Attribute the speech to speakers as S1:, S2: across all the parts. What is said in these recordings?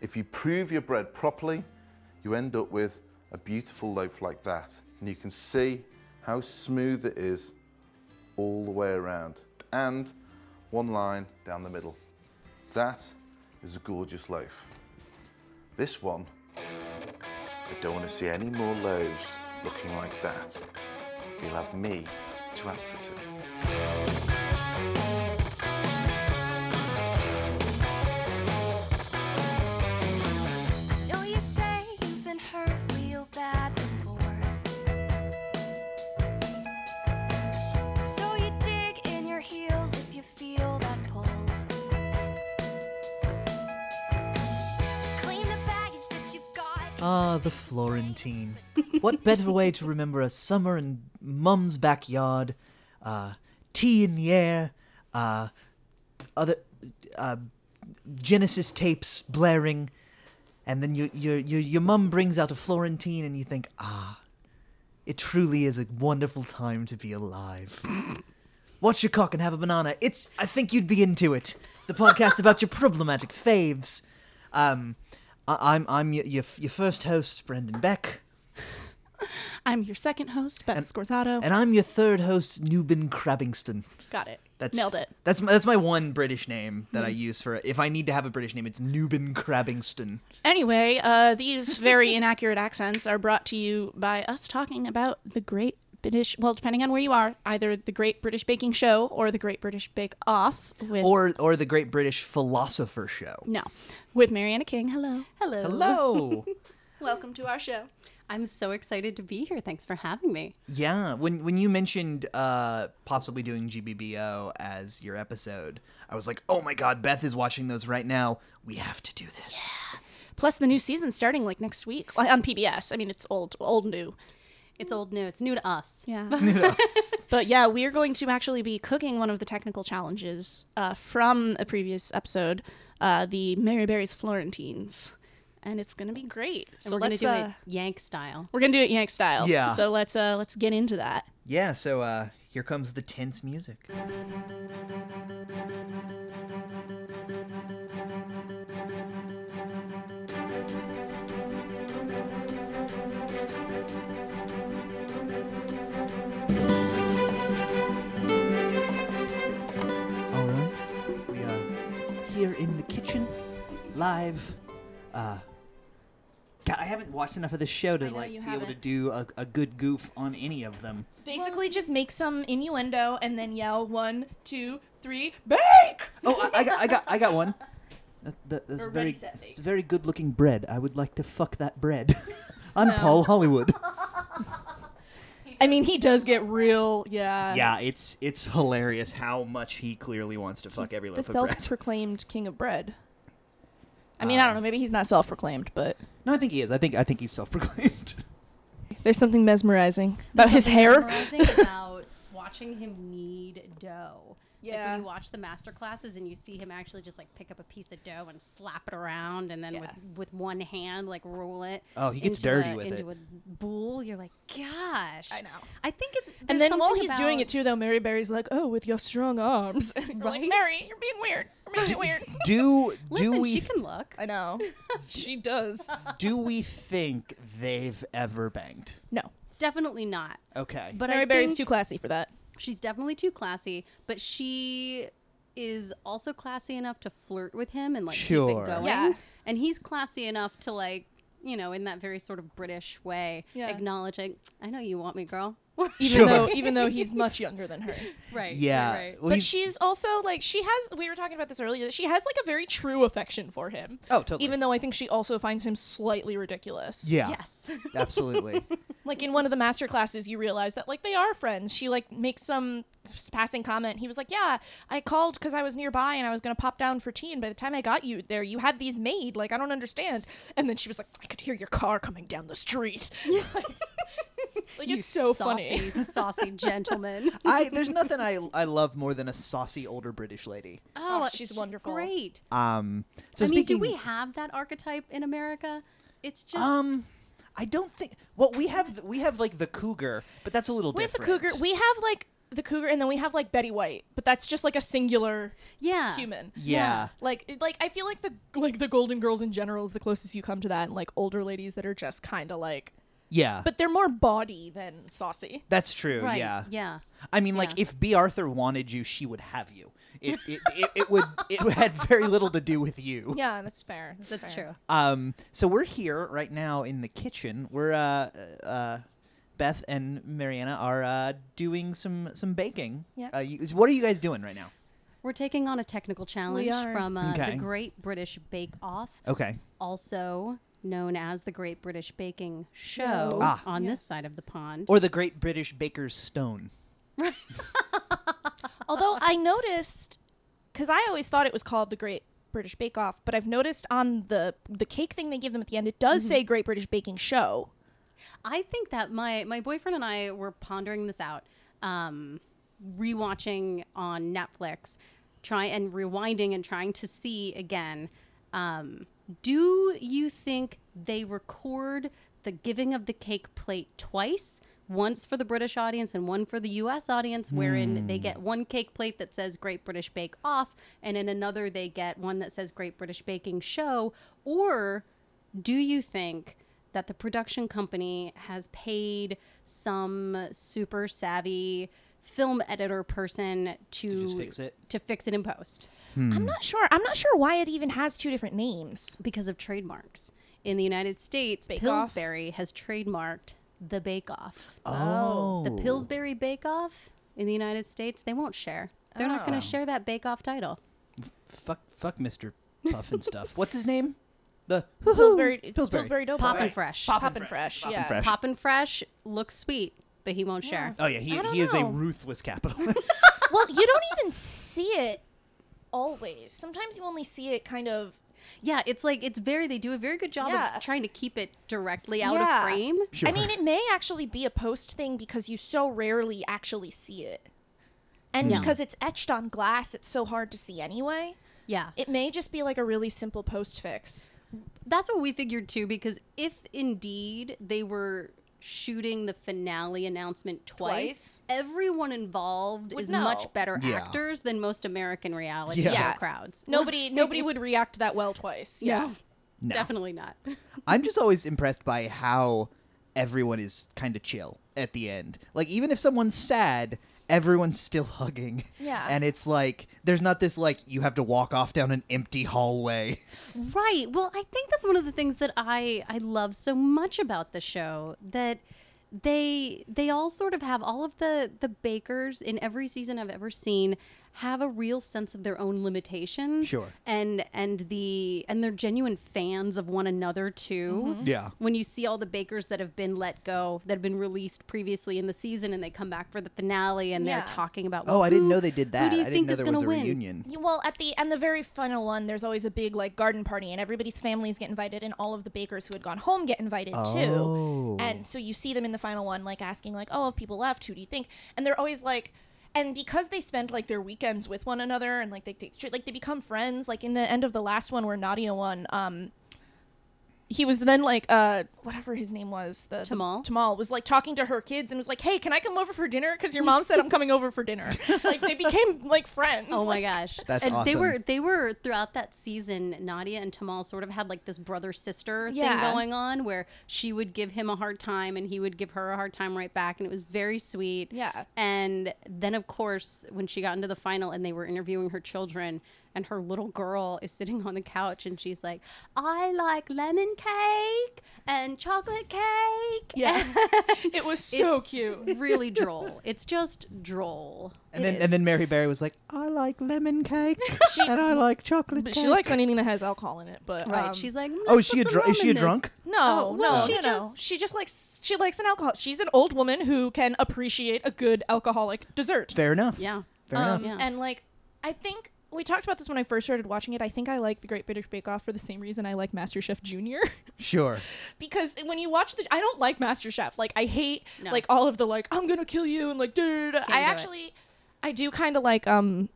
S1: If you prove your bread properly, you end up with a beautiful loaf like that. And you can see how smooth it is all the way around. And one line down the middle. That is a gorgeous loaf. This one, I don't want to see any more loaves looking like that. You'll have me to answer to.
S2: Know you say you've been hurt real bad before. So you dig in your heels if you feel that pull. Clean the baggage that you've got.
S3: Ah, the Florentine. What better way to remember a summer in mum's backyard, uh, tea in the air, uh, other uh, Genesis tapes blaring, and then your your your your mum brings out a Florentine, and you think, ah, it truly is a wonderful time to be alive. Watch your cock and have a banana. It's I think you'd be into it. The podcast about your problematic faves. Um, I, I'm I'm your, your your first host, Brendan Beck,
S4: I'm your second host, Beth Scorzato.
S3: and I'm your third host, Newbin Crabbingston.
S4: Got it.
S3: That's
S4: Nailed it. Mm-hmm.
S3: That's my, that's my one British name that I use for if I need to have a British name, it's Newbin Crabbingston.
S4: Anyway, uh, these very inaccurate accents are brought to you by us talking about the Great British. Well, depending on where you are, either the Great British Baking Show or the Great British Bake Off with
S3: Or or the Great British Philosopher Show.
S4: no, with Mariana King. Hello,
S5: Hello.
S3: Hello.
S4: welcome to our show.
S5: I'm so excited to be here. Thanks for having me.
S3: yeah, when when you mentioned uh possibly doing GBBO as your episode, I was like, "Oh my god, Beth is watching those right now. We have to do this."
S4: Plus, the new season starting like next week well, on PBS. I mean, it's old, old new.
S5: It's old new. It's new to us.
S4: Yeah. but yeah, we are going to actually be cooking one of the technical challenges uh, from a previous episode, uh, the Mary Berry's Florentines, and it's gonna be great.
S5: And
S4: so
S5: we're going to
S4: let's,
S5: do
S4: uh,
S5: it Yank style.
S4: We're gonna do it Yank style.
S3: Yeah.
S4: So let's uh, let's get into that.
S3: Yeah, so uh here comes the tense music. All right, we are here in the kitchen, live. Uh, God, I haven't watched enough of this show to
S4: know
S3: like be
S4: you
S3: able to
S4: haven't.
S3: do a, a good goof on any of them.
S6: Basically, just make some innuendo and then yell one, two, three, bake.
S3: Oh, I, I got, I got, I got one. That, that, that's
S6: Or
S3: very,
S6: ready, set, bake.
S3: it's very good looking bread. I would like to fuck that bread. I'm Paul Hollywood.
S6: I mean, he does get real, yeah.
S3: yeah, it's it's hilarious how much he clearly wants to fuck
S6: He's
S3: every
S6: the
S3: loaf of bread.
S6: self-proclaimed king of bread. I mean, I
S3: Um,
S6: don't know. Maybe he's not self-proclaimed, but
S3: no, I think he is. I think I think he's self-proclaimed.
S6: there's something mesmerizing about his hair.
S5: Mesmerizing about watching him knead dough. Like
S6: Yeah.
S5: when you watch the master classes and you see him actually just like pick up a piece of dough and slap it around and then
S6: Yeah.
S5: with, with one hand like roll it.
S3: Oh, he gets
S5: into
S3: dirty
S5: a,
S3: with
S5: into
S3: it.
S5: a bowl. You're like, gosh.
S6: I know.
S5: I think it's.
S6: And
S5: there's
S6: then while
S5: something
S6: he's doing
S5: about-
S6: it too, though, Mary Berry's like, "Oh, with your strong arms." right?
S5: Right?
S6: Mary, you're being weird. You're making it weird.
S3: do do
S5: Listen,
S3: we
S5: she can look.
S6: I know. she does.
S3: do we think they've ever banged?
S6: No,
S5: Definitely not.
S3: Okay.
S5: But
S6: Mary
S5: I
S6: Berry's
S5: think
S6: too classy for that.
S5: she's definitely too classy, but she is also classy enough to flirt with him and like keep
S3: Sure.
S5: it going.
S6: Yeah.
S5: And he's classy enough to like, you know, in that very sort of British way,
S6: Yeah.
S5: acknowledging, I know you want me, girl.
S6: Even
S3: Sure.
S6: though, even though he's much younger than her.
S5: right.
S3: yeah. Well,
S6: but
S3: he's-
S6: she's also like she has. We were talking about this earlier. that She has like a very true affection for him.
S3: Oh, totally.
S6: Even though I think she also finds him slightly ridiculous.
S3: yeah.
S5: Yes.
S3: Absolutely.
S6: Like in one of the master classes, you realize that like they are friends. She like makes some s- passing comment. He was like, "Yeah, I called because I was nearby and I was gonna pop down for tea. And by the time I got you there, you had these made. Like I don't understand." And then she was like, "I could hear your car coming down the street." like like,
S5: You
S6: it's so
S5: saucy,
S6: funny.
S5: saucy gentleman.
S3: I there's nothing I I love more than a saucy older British lady.
S5: Oh,
S6: she's wonderful.
S5: Great.
S3: Um. So
S5: I mean, do
S3: speaking-
S5: we have that archetype in America? It's just
S3: Um, I don't think. Well, we have we have like the cougar, but that's a little
S6: We have the
S3: different.
S6: cougar. We have like the cougar, and then we have like Betty White, but that's just like a singular
S5: Yeah.
S6: human.
S3: Yeah.
S6: Like, it- like I feel like the like the Golden Girls in general is the closest you come to that, and like older ladies that are just kind of like,
S3: Yeah.
S6: but they're more body than saucy.
S3: that's true.
S5: Right.
S3: Oh, Yeah.
S5: Yeah.
S3: I mean, like
S5: Yeah.
S3: if B. Arthur wanted you, she would have you. It it, it, it would it had very little to do with you.
S6: Yeah, that's fair.
S5: That's true.
S3: Um, so we're here right now in the kitchen. We're uh, uh, Beth and Mariana are uh, doing some some baking.
S6: Yeah.
S3: Uh, you, what are you guys doing right now?
S5: We're taking on a technical challenge
S6: are.
S5: from uh,
S3: Okay.
S5: the Great British Bake Off,
S3: Okay.
S5: also known as the Great British Baking Show
S3: Ah.
S5: on this side of the pond.
S3: Or the Great British Baker's Stone.
S6: Although I noticed, because I always thought it was called the Great British Bake Off, but I've noticed on the the cake thing they give them at the end, it does say Great British Baking Show.
S5: I think that my my boyfriend and I were pondering this out, um, rewatching on Netflix, try and rewinding and trying to see again. Um, do you think they record the giving of the cake plate twice? Once for the British audience and one for the US audience, wherein
S3: Hmm.
S5: they get one cake plate that says Great British Bake Off, and in another they get one that says Great British Baking Show. Or do you think that the production company has paid some super savvy film editor person to
S3: just fix it?
S5: to fix it in post
S6: I'm not sure. I'm not sure why it even has two different names.
S5: because of trademarks in the United States
S6: Off?
S5: Pillsbury has trademarked the Bake Off
S3: Oh.
S5: the Pillsbury Bake Off in the United States they won't share they're not
S6: Oh.
S5: going to share that Bake Off title
S3: Fuck, fuck Mr. Puff and stuff. What's his name? The
S6: Pillsbury, it's Pillsbury, Doughboy.
S5: Poppin' Fresh
S3: Pop-
S6: Poppin' fresh.
S3: Poppin'
S6: yeah.
S3: Fresh.
S5: Poppin' Fresh looks sweet but he won't share
S3: Oh yeah, he,
S6: I don't
S3: he is a
S6: know.
S3: ruthless capitalist.
S6: Well, you don't even see it always. Sometimes you only see it kind of.
S5: Yeah, it's like it's very they do a very good job
S6: Yeah.
S5: of trying to keep it directly out
S6: Yeah.
S5: of frame.
S3: Sure.
S6: I mean, it may actually be a post thing because you so rarely actually see it. And because it's etched on glass, it's so hard to see anyway.
S5: Yeah.
S6: It may just be like a really simple post fix.
S5: That's what we figured too because if indeed they were shooting the finale announcement twice,
S6: Twice?
S5: everyone involved
S6: Would
S5: is
S6: know.
S5: much better
S3: Yeah.
S5: actors than most American reality
S3: Yeah.
S5: show
S6: Yeah.
S5: crowds.
S6: Nobody nobody would react that well twice. Yeah.
S5: No,
S3: No.
S5: Definitely not.
S3: I'm just always impressed by how everyone is kind of chill at the end. Like even if someone's sad, everyone's still hugging.
S6: Yeah.
S3: And it's like there's not this like you have to walk off down an empty hallway.
S5: Right. Well, I think that's one of the things that I I love so much about the show that they they all sort of have all of the the bakers in every season I've ever seen have a real sense of their own limitations.
S3: Sure.
S5: And and the and they're genuine fans of one another too.
S3: Yeah.
S5: When you see all the bakers that have been let go, that have been released previously in the season, and they come back for the finale, and
S6: Yeah.
S5: they're talking about
S3: Oh, I didn't
S5: "Who-
S3: know they did that.
S5: Who do you
S3: I didn't
S5: think
S3: know
S5: is
S3: there
S5: gonna
S3: was a
S5: win?
S3: reunion.
S6: Yeah, Well, at the and the very final one, there's always a big like garden party, and everybody's families get invited, and all of the bakers who had gone home get invited
S3: Oh.
S6: too. And so you see them in the final one, like asking like, "Oh, if people left, who do you think?" And they're always like, and because they spend like their weekends with one another, and like they take like they become friends. Like in the end of the last one, where Nadia won, um, he was then like uh whatever his name was the
S5: Tamal?
S6: Tamal was like talking to her kids and was like, "Hey, can I come over for dinner? Because your mom said I'm coming over for dinner." like they became like friends.
S5: Oh my
S6: Like,
S5: gosh.
S3: That's
S5: and They
S3: awesome.
S5: were they were throughout that season, Nadia and Tamal sort of had like this brother sister
S6: Yeah.
S5: thing going on where she would give him a hard time and he would give her a hard time right back and it was very sweet.
S6: Yeah.
S5: And then of course when she got into the final and they were interviewing her children and her little girl is sitting on the couch and she's like, I like lemon cake and chocolate cake.
S6: Yeah. it was so
S5: It's
S6: cute.
S5: Really droll. It's just droll.
S3: And then and then Mary Berry was like, I like lemon cake and I like chocolate
S6: But
S3: cake.
S6: she likes anything that has alcohol in it, but
S5: Right.
S6: um,
S5: she's like, "I'm gonna
S3: Oh, is
S5: put
S3: she a
S5: some
S3: dr-
S5: rum
S3: is she
S5: in
S3: a
S5: this."
S3: drunk?
S6: no,
S5: Oh, well,
S6: no,
S5: she
S6: no, no.
S5: just-
S6: She just likes she likes an alcohol. She's an old woman who can appreciate a good alcoholic dessert.
S3: Fair enough.
S5: Yeah.
S3: Fair
S6: Um,
S3: enough.
S5: Yeah.
S6: And like, I think we talked about this when I first started watching it. I think I like The Great British Bake Off for the same reason I like MasterChef Junior.
S3: Sure.
S6: because when you watch the I don't like MasterChef. Like I hate
S5: No.
S6: like all of the like I'm gonna kill you and like da da da. da. I
S5: do it.
S6: actually I do kind of like um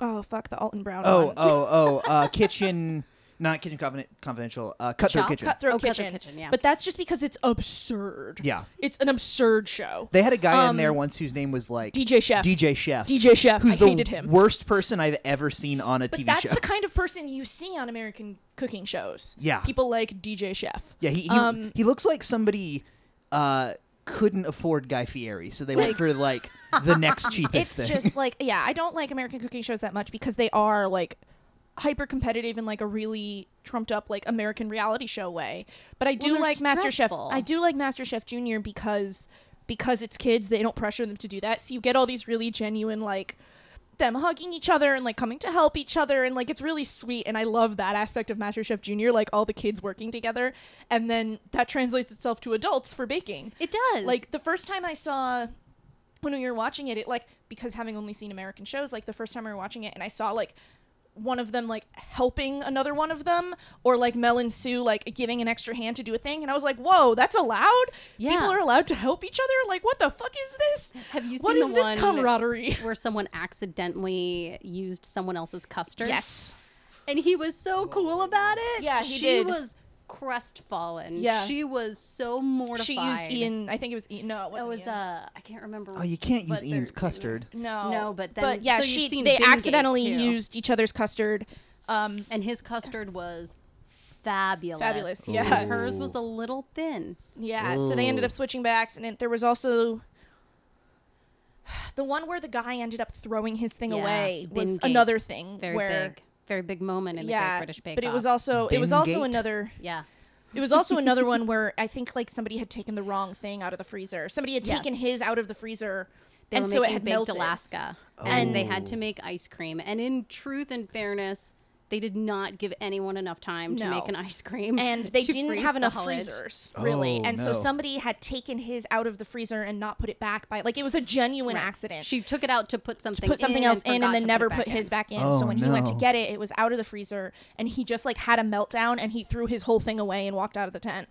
S6: oh fuck the Alton Brown.
S3: Oh,
S6: one.
S3: oh, oh, uh kitchen Not Kitchen Confident, Confidential. Uh, Cutthroat
S5: Shop?
S3: Kitchen.
S6: Cutthroat,
S5: Oh, Cutthroat
S6: Kitchen.
S5: Kitchen, yeah.
S6: But that's just because it's absurd.
S3: Yeah.
S6: It's an absurd show.
S3: They had a guy in
S5: Um,
S3: there once whose name was like
S6: DJ Chef.
S3: DJ Chef.
S6: DJ Chef.
S3: Who's
S6: I
S3: the
S6: hated him.
S3: worst person I've ever seen on a
S6: But
S3: TV
S6: that's
S3: show.
S6: the kind of person you see on American cooking shows.
S3: Yeah.
S6: People like DJ Chef.
S3: yeah, he he,
S5: um,
S3: he looks like somebody uh, couldn't afford Guy Fieri, so they went for like the next
S6: It's
S3: cheapest thing.
S6: just like, yeah, I don't like American cooking shows that much because they are like hyper competitive in like a really trumped up like American reality show way. But I do
S5: they're
S6: like Master Chef.
S5: stressful.
S6: I do like Master Chef Junior because because it's kids, they don't pressure them to do that. So you get all these really genuine like them hugging each other and like coming to help each other and like it's really sweet and I love that aspect of MasterChef Junior like all the kids working together and then that translates itself to adults for baking.
S5: It does.
S6: Like the first time I saw when we were watching it, it like because having only seen American shows, like the first time we were watching it and I saw like one of them like helping another one of them or like Mel and Sue like giving an extra hand to do a thing and I was like, "Whoa, that's allowed?
S5: Yeah.
S6: People are allowed to help each other? Like what the fuck is this?"
S5: Have you
S6: What
S5: seen
S6: is
S5: the
S6: this
S5: one
S6: camaraderie?
S5: where someone accidentally used someone else's custard?
S6: Yes.
S5: and he was so cool about it.
S6: Yeah, he
S5: she
S6: did.
S5: was crestfallen.
S6: Yeah.
S5: she was so mortified.
S6: She used Ian. I think it was Ian. No, it
S5: It
S6: wasn't.
S5: was
S6: Ian.
S5: uh, I can't remember.
S3: oh, you can't use
S5: what
S3: Ian's
S5: their-
S3: custard.
S6: no,
S5: no, but then-
S6: but yeah,
S5: so you've
S6: she
S5: seen
S6: they
S5: Bingate,
S6: accidentally
S5: too.
S6: used each other's custard. Um,
S5: and his custard was fabulous.
S6: Fabulous, yeah.
S5: And hers was a little thin.
S6: yeah, so they ended up switching by accident. There was also the one where the guy ended up throwing his thing
S5: Yeah,
S6: away was
S5: Bingate.
S6: another thing
S5: Very
S6: where
S5: big, very big moment in the Great
S6: yeah,
S5: British Bake
S6: but it was
S5: Off.
S6: also it was also
S3: Bingate?
S6: another
S5: yeah.
S6: It was also another one where I think like somebody had taken the wrong thing out of the freezer. Somebody had taken
S5: Yes.
S6: his out of the freezer,
S5: They
S6: and
S5: were
S6: so it
S5: making
S6: had
S5: baked
S6: melted.
S5: Alaska, and they had to make ice cream. And in truth and fairness, they did not give anyone enough time to
S6: No.
S5: make an ice cream,
S6: and they
S5: to
S6: didn't
S5: freeze
S6: have enough
S5: solid.
S6: freezers
S3: Really? Oh,
S6: and
S3: no.
S6: so somebody had taken his out of the freezer and not put it back by like it was a genuine accident
S5: She took it out to put something,
S6: put something else in and
S5: forgot to
S6: then never
S5: it
S6: put,
S5: back
S6: his
S5: in.
S6: back in
S3: Oh,
S6: so when he went to
S3: no.
S6: get it it was out of the freezer and he just like had a meltdown and he threw his whole thing away and walked out of the tent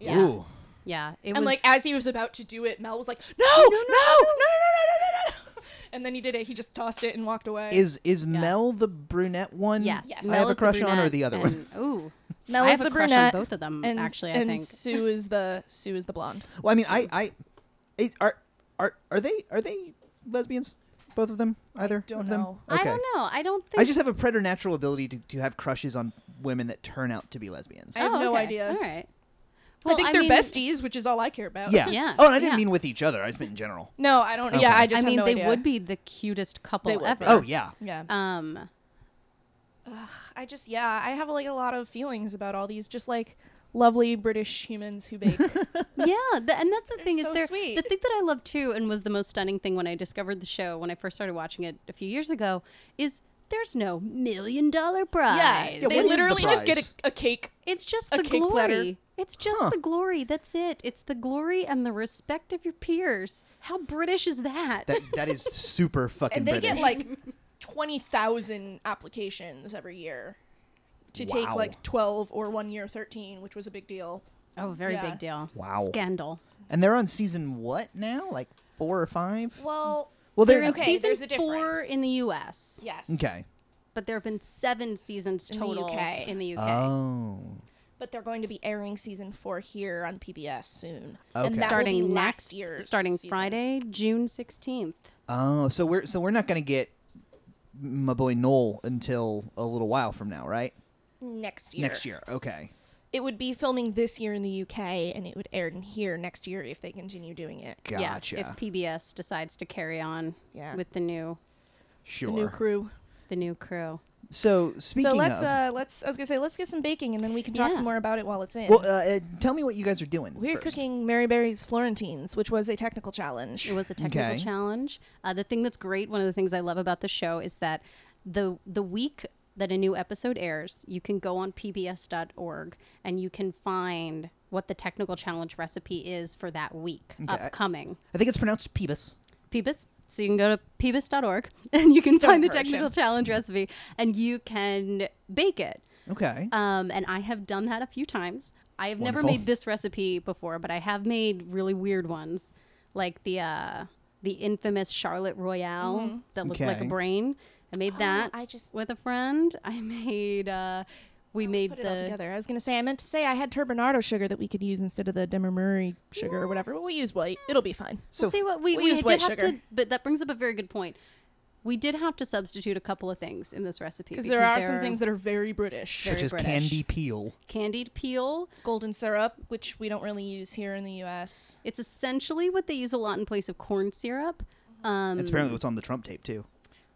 S5: Yeah,
S3: Ooh.
S5: yeah. It
S6: and
S5: was,
S6: like as he was about to do it mel was like no no no no no no no, no, no, no. and then he did it he just tossed it and walked away
S3: Is is Mel the brunette one?
S5: yes,
S3: I
S5: Mel
S3: have a
S5: is the
S3: crush on, or
S5: brunette
S3: the other one.
S5: and- Ooh,
S6: mel
S5: I
S6: is
S5: have
S6: the
S5: a crush on
S6: brunette
S5: both of them,
S6: and,
S5: actually, I
S6: and
S5: think.
S6: sue is the sue is the blonde
S3: Well, I mean, I I it, are are are they are they lesbians? Both of them? Either
S6: don't
S3: of them?
S6: know.
S5: I don't know. I don't think.
S3: I just have a preternatural ability to, to have crushes on women that turn out to be lesbians.
S6: I have
S5: Oh,
S6: no
S5: okay.
S6: idea.
S5: All right. Well,
S6: I think they're
S5: mean,
S6: besties, which is all I care about.
S3: yeah.
S5: yeah,
S3: Oh, and I didn't
S5: yeah.
S3: mean with each other. I just meant in general.
S6: No, I don't. Yeah, I just.
S5: I
S6: have
S5: mean,
S6: no
S5: they
S6: idea.
S5: would be the cutest couple
S6: They would
S5: ever.
S6: be.
S3: Oh yeah.
S6: Yeah.
S5: Um,
S6: uh, I just. Yeah, I have like a lot of feelings about all these just like lovely British humans who bake.
S5: yeah, the, and that's the thing is
S6: so
S5: they're
S6: sweet.
S5: the thing that I love too, and was the most stunning thing when I discovered the show when I first started watching it a few years ago is there's no million dollar prize.
S3: Yeah, what
S6: they
S3: is the
S6: literally just get
S3: prize?
S6: a, a cake.
S5: It's just
S6: A
S5: the
S6: cake
S5: glory.
S6: platter.
S5: It's just
S3: Huh.
S5: the glory. That's it. It's the glory and the respect of your peers. How British is that?
S3: That that is super fucking
S6: And they
S3: British.
S6: get like twenty thousand applications every year to
S3: Wow.
S6: take like twelve or one year thirteen, which was a big deal.
S5: oh, very
S6: Yeah.
S5: big deal.
S3: Wow.
S5: Scandal.
S3: and they're on season what now? Like four or five?
S6: Well,
S3: Well, they're,
S5: They're in
S6: Okay,
S5: season
S6: there's a
S5: four
S6: difference.
S5: in the U.S.,
S6: yes.
S3: okay.
S5: but there have been seven seasons
S6: the
S5: total
S6: UK.
S5: in the UK.
S3: Oh.
S6: But they're going to be airing season four here on PBS soon,
S3: Okay.
S6: and that
S5: starting
S6: will be
S5: next
S6: last year's
S5: starting
S6: season.
S5: Friday, June sixteenth.
S3: Oh, so we're so we're not gonna get my boy Noel until a little while from now, right?
S6: next year.
S3: Next year. Okay.
S6: it would be filming this year in the UK and it would air in here next year if they continue doing it.
S3: Gotcha.
S5: Yeah, if PBS decides to carry on
S6: Yeah.
S5: with the new
S3: sure.
S6: New crew.
S5: the new crew.
S3: So speaking
S6: so let's
S3: of,
S6: uh let's I was gonna say let's get some baking and then we can talk
S5: Yeah.
S6: some more about it while it's in.
S3: well, uh, uh, tell me what you guys are doing.
S6: we're
S3: first.
S6: cooking Mary Berry's Florentines, which was a technical challenge.
S5: It was a technical
S3: Okay.
S5: challenge. Uh, the thing that's great, one of the things I love about the show is that the the week that a new episode airs, you can go on pbs.org and you can find what the technical challenge recipe is for that week upcoming.
S3: I think it's pronounced Peebus.
S5: Peebus. So you can go to peebus.org and you can find the
S6: encourage him.
S5: technical challenge recipe and you can bake it.
S3: Okay.
S5: Um, and I have done that a few times. I have never
S3: Wonderful.
S5: made this recipe before, but I have made really weird ones, like the uh, the infamous Charlotte Royale that looked like a
S3: Okay.
S5: brain. I made that
S6: I Mm-hmm. Oh, just- Oh,
S5: with a friend. I made uh, we made
S6: Put it all
S5: the
S6: together. I was gonna say I meant to say I had turbinado sugar that we could use instead of the Demerara sugar or whatever, but we'll use white. It'll be fine.
S7: So
S5: we'll see what we,
S6: we
S5: we,
S6: used
S5: did
S6: white
S5: have
S6: sugar.
S5: to but that brings up a very good point we did have to substitute a couple of things in this recipe
S6: Because there are some things that are very British.
S5: Very
S7: which is
S5: British.
S7: candy peel.
S5: candied peel
S6: Golden syrup, which we don't really use here in the U.S.
S5: it's essentially what they use a lot in place of corn syrup
S6: Mm-hmm.
S5: um
S7: That's apparently what's on the Trump tape too.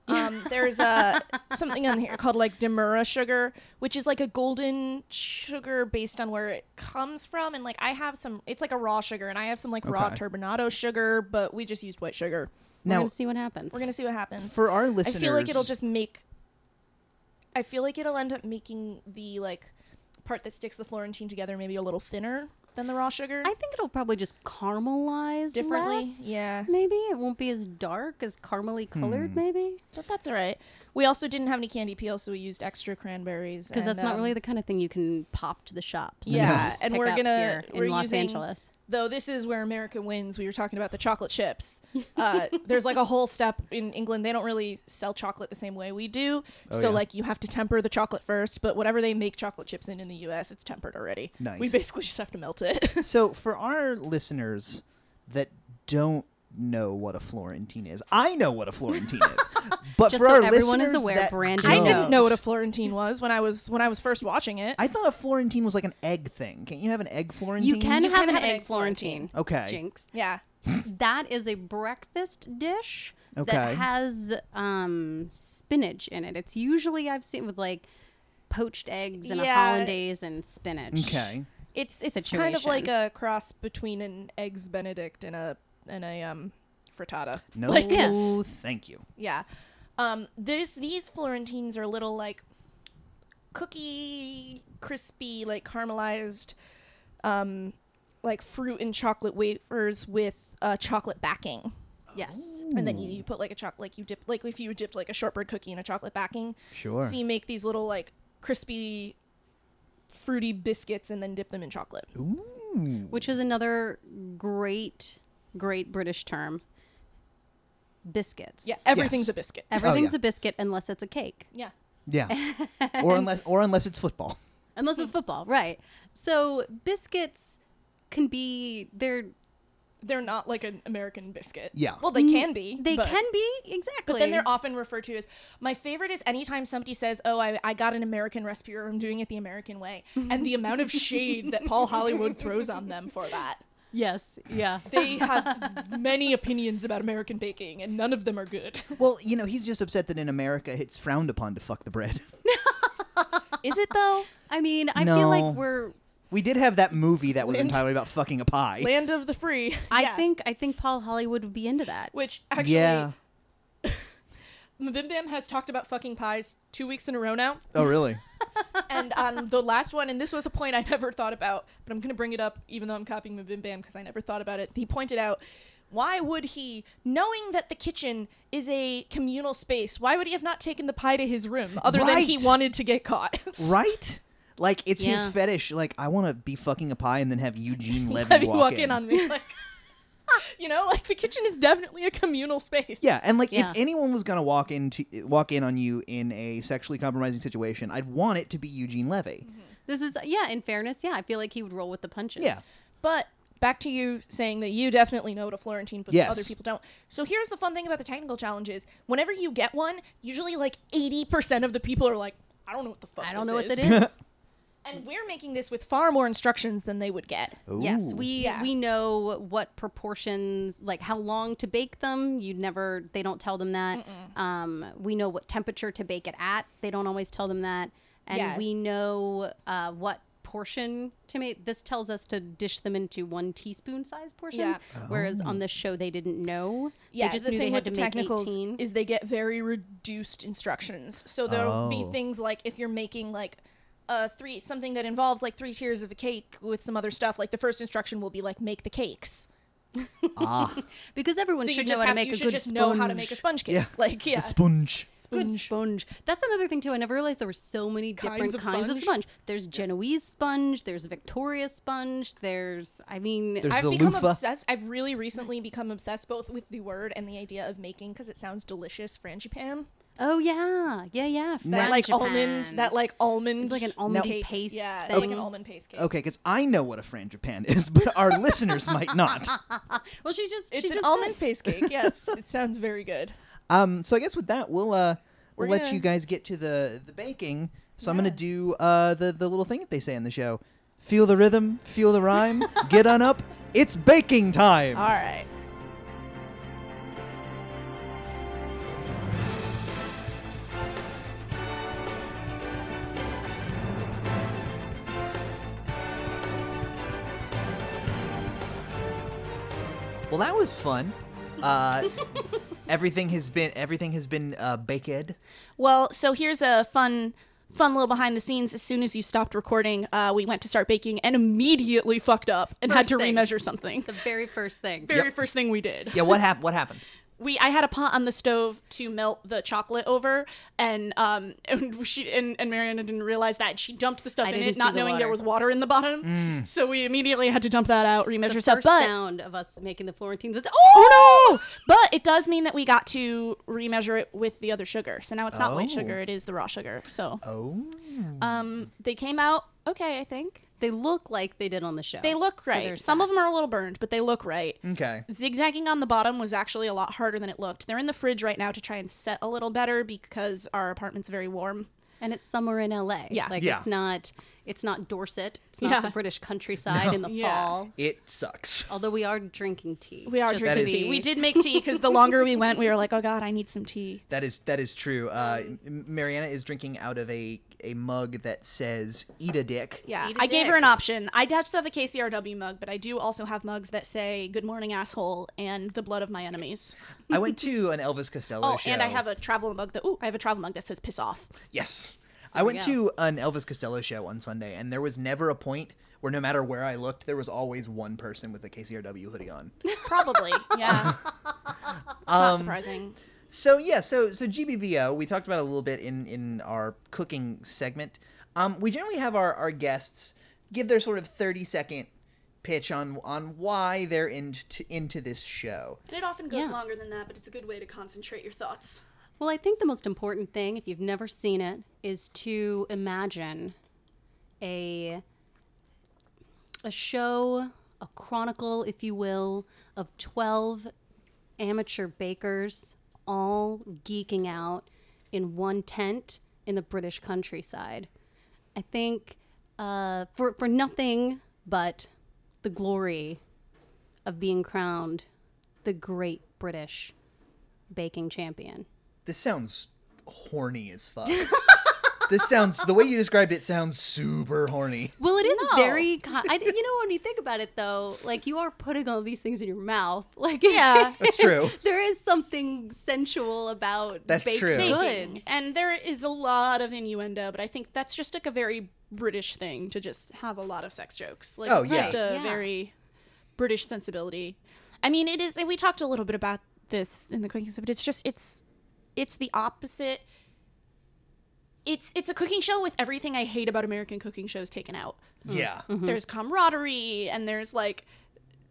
S6: Um, there's uh, something on here called like Demura sugar, which is like a golden sugar based on where it comes from. And like I have some, it's like a raw sugar, and I have some like raw
S7: Okay.
S6: turbinado sugar, but we just used white sugar.
S5: we're
S7: Now,
S5: gonna see what happens
S6: We're gonna see what happens.
S7: for our
S6: I
S7: listeners,
S6: feel like it'll just make. I feel like it'll end up making the like part that sticks the Florentine together maybe a little thinner than the raw sugar.
S5: i think it'll probably just caramelize
S6: differently.
S5: less,
S6: Yeah.
S5: maybe it won't be as dark as caramely colored
S7: Hmm.
S5: maybe
S6: But that's all right. We also didn't have any candy peel, so we used extra cranberries.
S5: because
S6: and,
S5: that's not
S6: um,
S5: really the kind of thing you can pop to the shops
S6: Yeah, and
S5: pick
S6: we're
S5: up
S6: gonna-
S5: here in
S6: we're
S5: los
S6: using-
S5: angeles
S6: Though this is where America wins. We were talking about the chocolate chips. Uh, there's like a whole step in England. They don't really sell chocolate the same way we do. so
S7: Oh, yeah.
S6: like you have to temper the chocolate first. But whatever they make chocolate chips in in the U.S., it's tempered already. We
S7: Nice.
S6: basically just have to melt it.
S7: So for our listeners that don't know what a Florentine is, I know what a Florentine is. But
S5: Just
S7: for
S5: so
S7: our
S5: everyone is
S7: listeners
S5: aware,
S7: that
S5: Brandon
S6: I
S5: No.
S6: didn't know what a
S7: don't-
S6: Florentine was when I was when I was first watching it.
S7: I thought a Florentine was like an egg thing. Can't you have an egg Florentine?
S5: you can
S6: You
S5: have
S6: can
S5: an
S6: have an
S5: egg,
S6: egg
S5: florentine,
S7: Okay.
S5: jinx
S6: yeah.
S5: that is a breakfast dish
S7: Okay.
S5: that has um, spinach in it. It's usually I've seen with like poached eggs and
S6: Yeah.
S5: a hollandaise and spinach.
S7: Okay.
S6: It's it's kind of like
S5: Situation.
S6: a cross between an eggs benedict and a and a um frittata.
S7: No,
S6: Like
S5: Yeah.
S7: thank you.
S6: yeah. Um this these Florentines are little like cookie crispy like caramelized um like fruit and chocolate wafers with uh, chocolate backing.
S5: Yes.
S6: and then you, you put like a chocolate like you dip like if you dipped like a shortbread cookie in a chocolate backing
S7: Sure.
S6: so you make these little like crispy fruity biscuits and then dip them in chocolate
S5: Which is another great, great British term. Biscuits.
S6: yeah everything's
S7: Yes.
S6: a biscuit
S5: Everything's
S7: Oh, yeah.
S5: a biscuit unless it's a cake.
S6: yeah
S7: Yeah. or unless or unless it's football.
S5: Unless
S6: Hmm.
S5: it's football. Right. So biscuits can be they're
S6: they're not like an american biscuit
S7: Yeah.
S6: well they can be
S5: Mm, they
S6: but-
S5: can be exactly
S6: but then they're often referred to as my favorite is anytime somebody says oh I, I got an american recipe or i'm doing it the american way and the amount of shade that paul hollywood throws on them for that
S5: yes yeah
S6: they have many opinions about american baking and none of them are good
S7: Well, you know, he's just upset that in America it's frowned upon to fuck the bread.
S6: is it though
S5: I mean I
S7: No.
S5: feel like we're
S7: We did have that movie that was
S6: Land-
S7: entirely about fucking a pie.
S6: Land of the Free.
S5: I
S6: Yeah.
S5: think I think Paul Hollywood would be into that
S6: Which actually,
S7: yeah.
S6: Bim Bam has talked about fucking pies two weeks in a row now.
S7: Oh, really?
S6: And on the last one, and this was a point I never thought about, but I'm going to bring it up even though I'm copying Bim Bam because I never thought about it. He pointed out, why would he, knowing that the kitchen is a communal space, why would he have not taken the pie to his room other than he
S7: Right.
S6: wanted to get caught?
S7: right? Like it's his
S5: Yeah.
S7: fetish. Like I want to be fucking a pie and then have Eugene Levy
S6: Have you
S7: walk,
S6: walk in on me? Like, you know, like the kitchen is definitely a communal space.
S7: Yeah, and like
S5: Yeah.
S7: if anyone was gonna walk into walk in on you in a sexually compromising situation, I'd want it to be Eugene Levy.
S6: Mm-hmm.
S5: This is yeah. In fairness, yeah, I feel like he would roll with the punches.
S7: Yeah,
S6: But back to you saying that you definitely know what a Florentine, but
S7: Yes.
S6: other people don't. So here's the fun thing about the technical challenges. Whenever you get one, usually like 80% of the people are like, I don't know what the fuck
S5: I don't
S6: this
S5: know what
S6: is.
S5: that is.
S6: And we're making this with far more instructions than they would get.
S5: yes, we
S6: Yeah.
S5: we know what proportions, like how long to bake them. You never, they don't tell them that. Um, we know what temperature to bake it at. They don't always tell them that. And
S6: Yeah.
S5: we know uh, what portion to make. This tells us to dish them into one teaspoon size portions, whereas on this show they didn't know.
S6: Yeah,
S5: they just
S6: the
S5: knew
S6: thing
S5: they had
S6: with
S5: to
S6: the
S5: make
S6: technicals
S5: 18.
S6: is they get very reduced instructions. So there'll be
S7: Oh.
S6: things like if you're making like a three something that involves like three tiers of a cake with some other stuff, like the first instruction will be like make the cakes.
S7: ah,
S5: because everyone
S6: so you
S5: should
S6: just
S5: know how to
S6: have
S5: make
S6: you
S5: a
S6: should
S5: good
S6: just
S5: sponge.
S6: know how to make a sponge cake.
S7: Yeah.
S6: Like yeah.
S7: the sponge.
S5: Good sponge. That's another thing too. I never realized there were so many different
S6: of
S5: kinds of
S6: sponge?
S5: sponge. There's Genoese sponge. There's Victoria sponge. There's, I mean,
S7: There's
S6: I've
S7: the
S6: become
S7: loofah.
S6: obsessed. I've really recently become obsessed both with the word and the idea of making because it sounds delicious, frangipan.
S5: Oh yeah, yeah, yeah.
S6: That
S5: From
S6: like
S5: Japan.
S6: almond, that like almond,
S5: It's like an almond
S6: cake.
S5: paste
S6: Yeah, it's like
S5: thing.
S6: an almond paste cake.
S3: Okay, because I know what a Fran Japan is, but our listeners might not.
S5: Well, she just she
S6: It's
S5: just
S6: an almond paste cake. Yes, it sounds very good.
S3: Um, so I guess with that, we'll uh, we'll
S6: We're
S3: let
S6: gonna-
S3: you guys get to the the baking. So I'm gonna do uh, the the little thing that they say in the show: feel the rhythm, feel the rhyme, get on up. It's baking time.
S6: All right.
S3: Well, that was fun. Uh, everything has been everything has been uh, baked.
S8: Well, so here's a fun fun little behind the scenes as soon as you stopped recording uh, we went to start baking and immediately fucked up and had
S5: First
S8: to
S5: thing.
S8: remeasure something
S5: the very first thing.
S8: very first thing we did
S3: Yeah, what happened? What happened?
S8: we I had a pot on the stove to melt the chocolate over, and um and she and, and Mariana didn't realize that she dumped the stuff
S5: I
S8: in
S5: didn't
S8: it,
S5: see
S8: not
S5: the
S8: knowing there
S5: water.
S8: was water in the bottom. So we immediately had to dump that out, remeasure
S5: The
S8: stuff.
S5: first
S8: But
S5: sound of us making the Florentine was
S8: oh no! But it does mean that we got to remeasure it with the other sugar. So now it's not white
S3: Oh.
S8: sugar; it is the raw sugar. So
S3: Oh,
S8: um they came out okay, I think
S5: They look like they did on the show.
S8: they look
S5: So
S8: right.
S5: there's
S8: Some
S5: that.
S8: of them are a little burned, but they look right.
S3: okay.
S8: Zigzagging on the bottom was actually a lot harder than it looked. They're in the fridge right now to try and set a little better because our apartment's very warm.
S5: and it's somewhere in LA.
S8: Yeah.
S5: like
S3: Yeah.
S5: it's not it's not Dorset. It's not
S8: Yeah.
S5: the British countryside in the
S8: Yeah.
S5: fall.
S3: It sucks.
S5: Although we are drinking tea.
S8: We are
S5: just
S8: drinking
S5: to
S8: tea.
S5: be-
S8: We did make tea because the longer we went, we were like, oh God, I need some tea.
S3: That is that is true. Uh, M- Mariana is drinking out of a a mug that says "Eat a dick."
S8: Yeah.
S5: Eat a
S8: I gave
S5: dick.
S8: her an option. I did have a KCRW mug, but I do also have mugs that say, Good morning, asshole, and the blood of my enemies.
S3: I went to an Elvis Costello
S8: Oh,
S3: show.
S8: and I have a travel mug that, ooh, I have a travel mug that says piss off.
S3: Yes. I went
S5: go.
S3: to an Elvis Costello show on Sunday, and there was never a point where, no matter where I looked, there was always one person with a KCRW hoodie on.
S8: Probably. Yeah. it's not surprising.
S3: so yeah, so so GBBO, we talked about it a little bit in in our cooking segment. Um, we generally have our our guests give their sort of thirty second pitch on on why they're into into this show.
S8: And it often goes
S5: Yeah.
S8: longer than that, but it's a good way to concentrate your thoughts.
S5: Well, I think the most important thing, if you've never seen it, is to imagine a a show, a chronicle, if you will, of twelve amateur bakers all geeking out in one tent in the British countryside. I think uh, for for nothing but the glory of being crowned the great British baking champion.
S3: This sounds horny as fuck. this sounds the way you described it sounds super horny.
S5: Well, it is
S8: No.
S5: very. Con- I, you know, when you think about it, though, like you are putting all these things in your mouth. Like,
S8: Yeah.
S3: That's true.
S5: there is something sensual about
S3: That's
S5: baked
S3: true.
S5: goods.
S8: And there is a lot of innuendo, but I think that's just like a very British thing to just have a lot of sex jokes. Like
S3: Oh,
S8: it's
S3: yeah.
S8: just a
S5: Yeah.
S8: very British sensibility. I mean, it is and we talked a little bit about this in the cooking show, but it's just it's it's the opposite. It's it's a cooking show with everything I hate about American cooking shows taken out.
S3: Yeah.
S5: Mm-hmm.
S8: There's camaraderie and there's like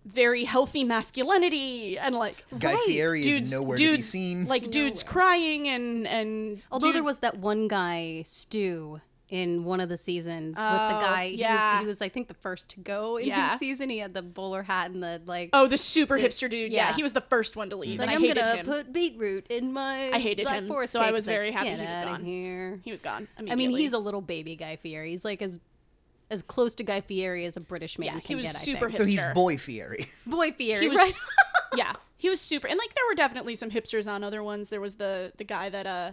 S8: very healthy masculinity and like
S3: Guy Fieri
S8: dudes,
S3: is nowhere
S8: dudes
S3: to be seen.
S8: like dudes crying and and
S5: Although there
S8: dudes-
S5: was that one guy, Stu, in one of the seasons with the
S8: Oh,
S5: guy. He
S8: yeah.
S5: was, he was, I think, the first to go in
S8: Yeah.
S5: his season. He had the bowler hat and the like.
S8: oh the super hipster dude yeah.
S5: yeah.
S8: he was the first one to leave and
S5: like,
S8: I
S5: I'm
S8: hated
S5: gonna
S8: him
S5: put beetroot in my.
S8: I hated
S5: Black
S8: him,
S5: Forest
S8: so I
S5: cake."
S8: was
S5: It's like,
S8: very happy
S5: "Get
S8: he was
S5: outta
S8: gone."
S5: Here.
S8: he was gone
S5: I mean, he's
S8: immediately.
S5: a little baby Guy Fieri. He's like as as close to Guy Fieri as a British man
S8: Yeah,
S5: can
S8: he was
S5: get.
S8: super
S5: I think.
S3: so he's
S8: hipster.
S3: boy Fieri.
S5: boy Fieri,
S8: He was-
S5: right?
S8: yeah he was super and like there were definitely some hipsters on other ones there was the the guy that uh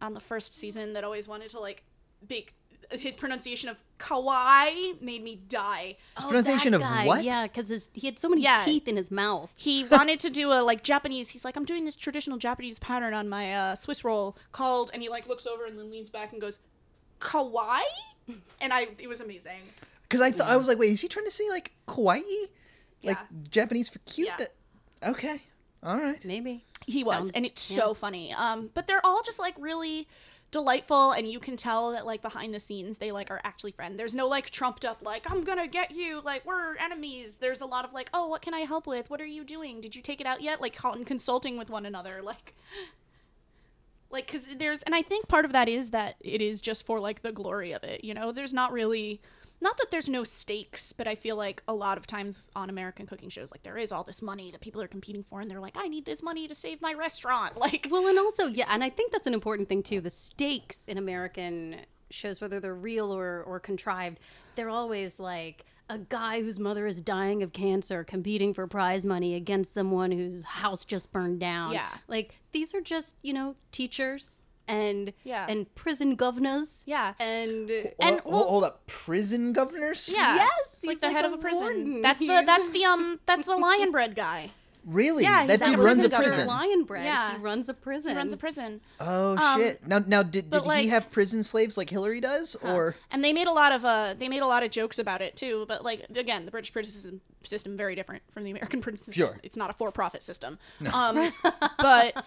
S8: on the first season that always wanted to like bake his pronunciation of kawaii made me die
S5: Oh,
S3: pronunciation
S5: that
S3: of
S5: guy,
S3: what?
S5: Yeah, because he had so many
S8: Yeah.
S5: teeth in his mouth.
S8: he wanted to do a like Japanese. He's like, I'm doing this traditional Japanese pattern on my uh, Swiss roll called, and he like looks over and then leans back and goes, "Kawaii," and I it was amazing.
S3: Because I thought I was like, wait, is he trying to say like kawaii, like
S8: Yeah.
S3: Japanese for cute?
S8: Yeah.
S3: That- okay, all right.
S5: Maybe.
S8: He was,
S5: Sounds-
S8: and it's
S5: yeah.
S8: so funny. Um, but they're all just like really delightful, and you can tell that like behind the scenes they like are actually friends. There's no like trumped up like I'm gonna get you, like we're enemies. There's a lot of like, oh, what can I help with? What are you doing? Did you take it out yet? Like con- consulting with one another, like like because there's and i think part of that is that it is just for like the glory of it you know there's not really not that there's no stakes but i feel like a lot of times on american cooking shows like there is all this money that people are competing for and they're like i need this money to save my restaurant like
S5: Well, and also, yeah, and I think that's an important thing too. The stakes in American shows, whether they're real or, or contrived, they're always like a guy whose mother is dying of cancer competing for prize money against someone whose house just burned down.
S8: Yeah.
S5: Like these are just, you know, teachers and
S6: Yeah.
S5: and prison governors.
S6: Yeah.
S5: And
S8: And-
S7: And hold, up, prison governors?
S8: yeah
S5: Yes,
S8: it's like
S5: he's
S8: the
S5: like
S8: head
S5: a
S8: of a prison
S5: warden.
S8: that's the
S5: He's-
S8: that's the um that's the lion bread guy
S7: Really?
S8: Yeah, he's
S7: that
S8: at
S7: dude
S5: that was
S7: runs a
S5: Mr.
S8: prison.
S7: prison.
S5: Lion bread.
S8: Yeah.
S5: He runs a prison.
S8: he runs a prison
S7: Oh
S8: Um,
S7: shit! Now, now, did,
S8: but,
S7: did
S8: like-
S7: he have prison slaves like Hillary does, or
S8: and they made a lot of uh they made a lot of jokes about it too but like again the british prison system, system very different from the american prison system
S7: Sure.
S8: it's not a for-profit system um but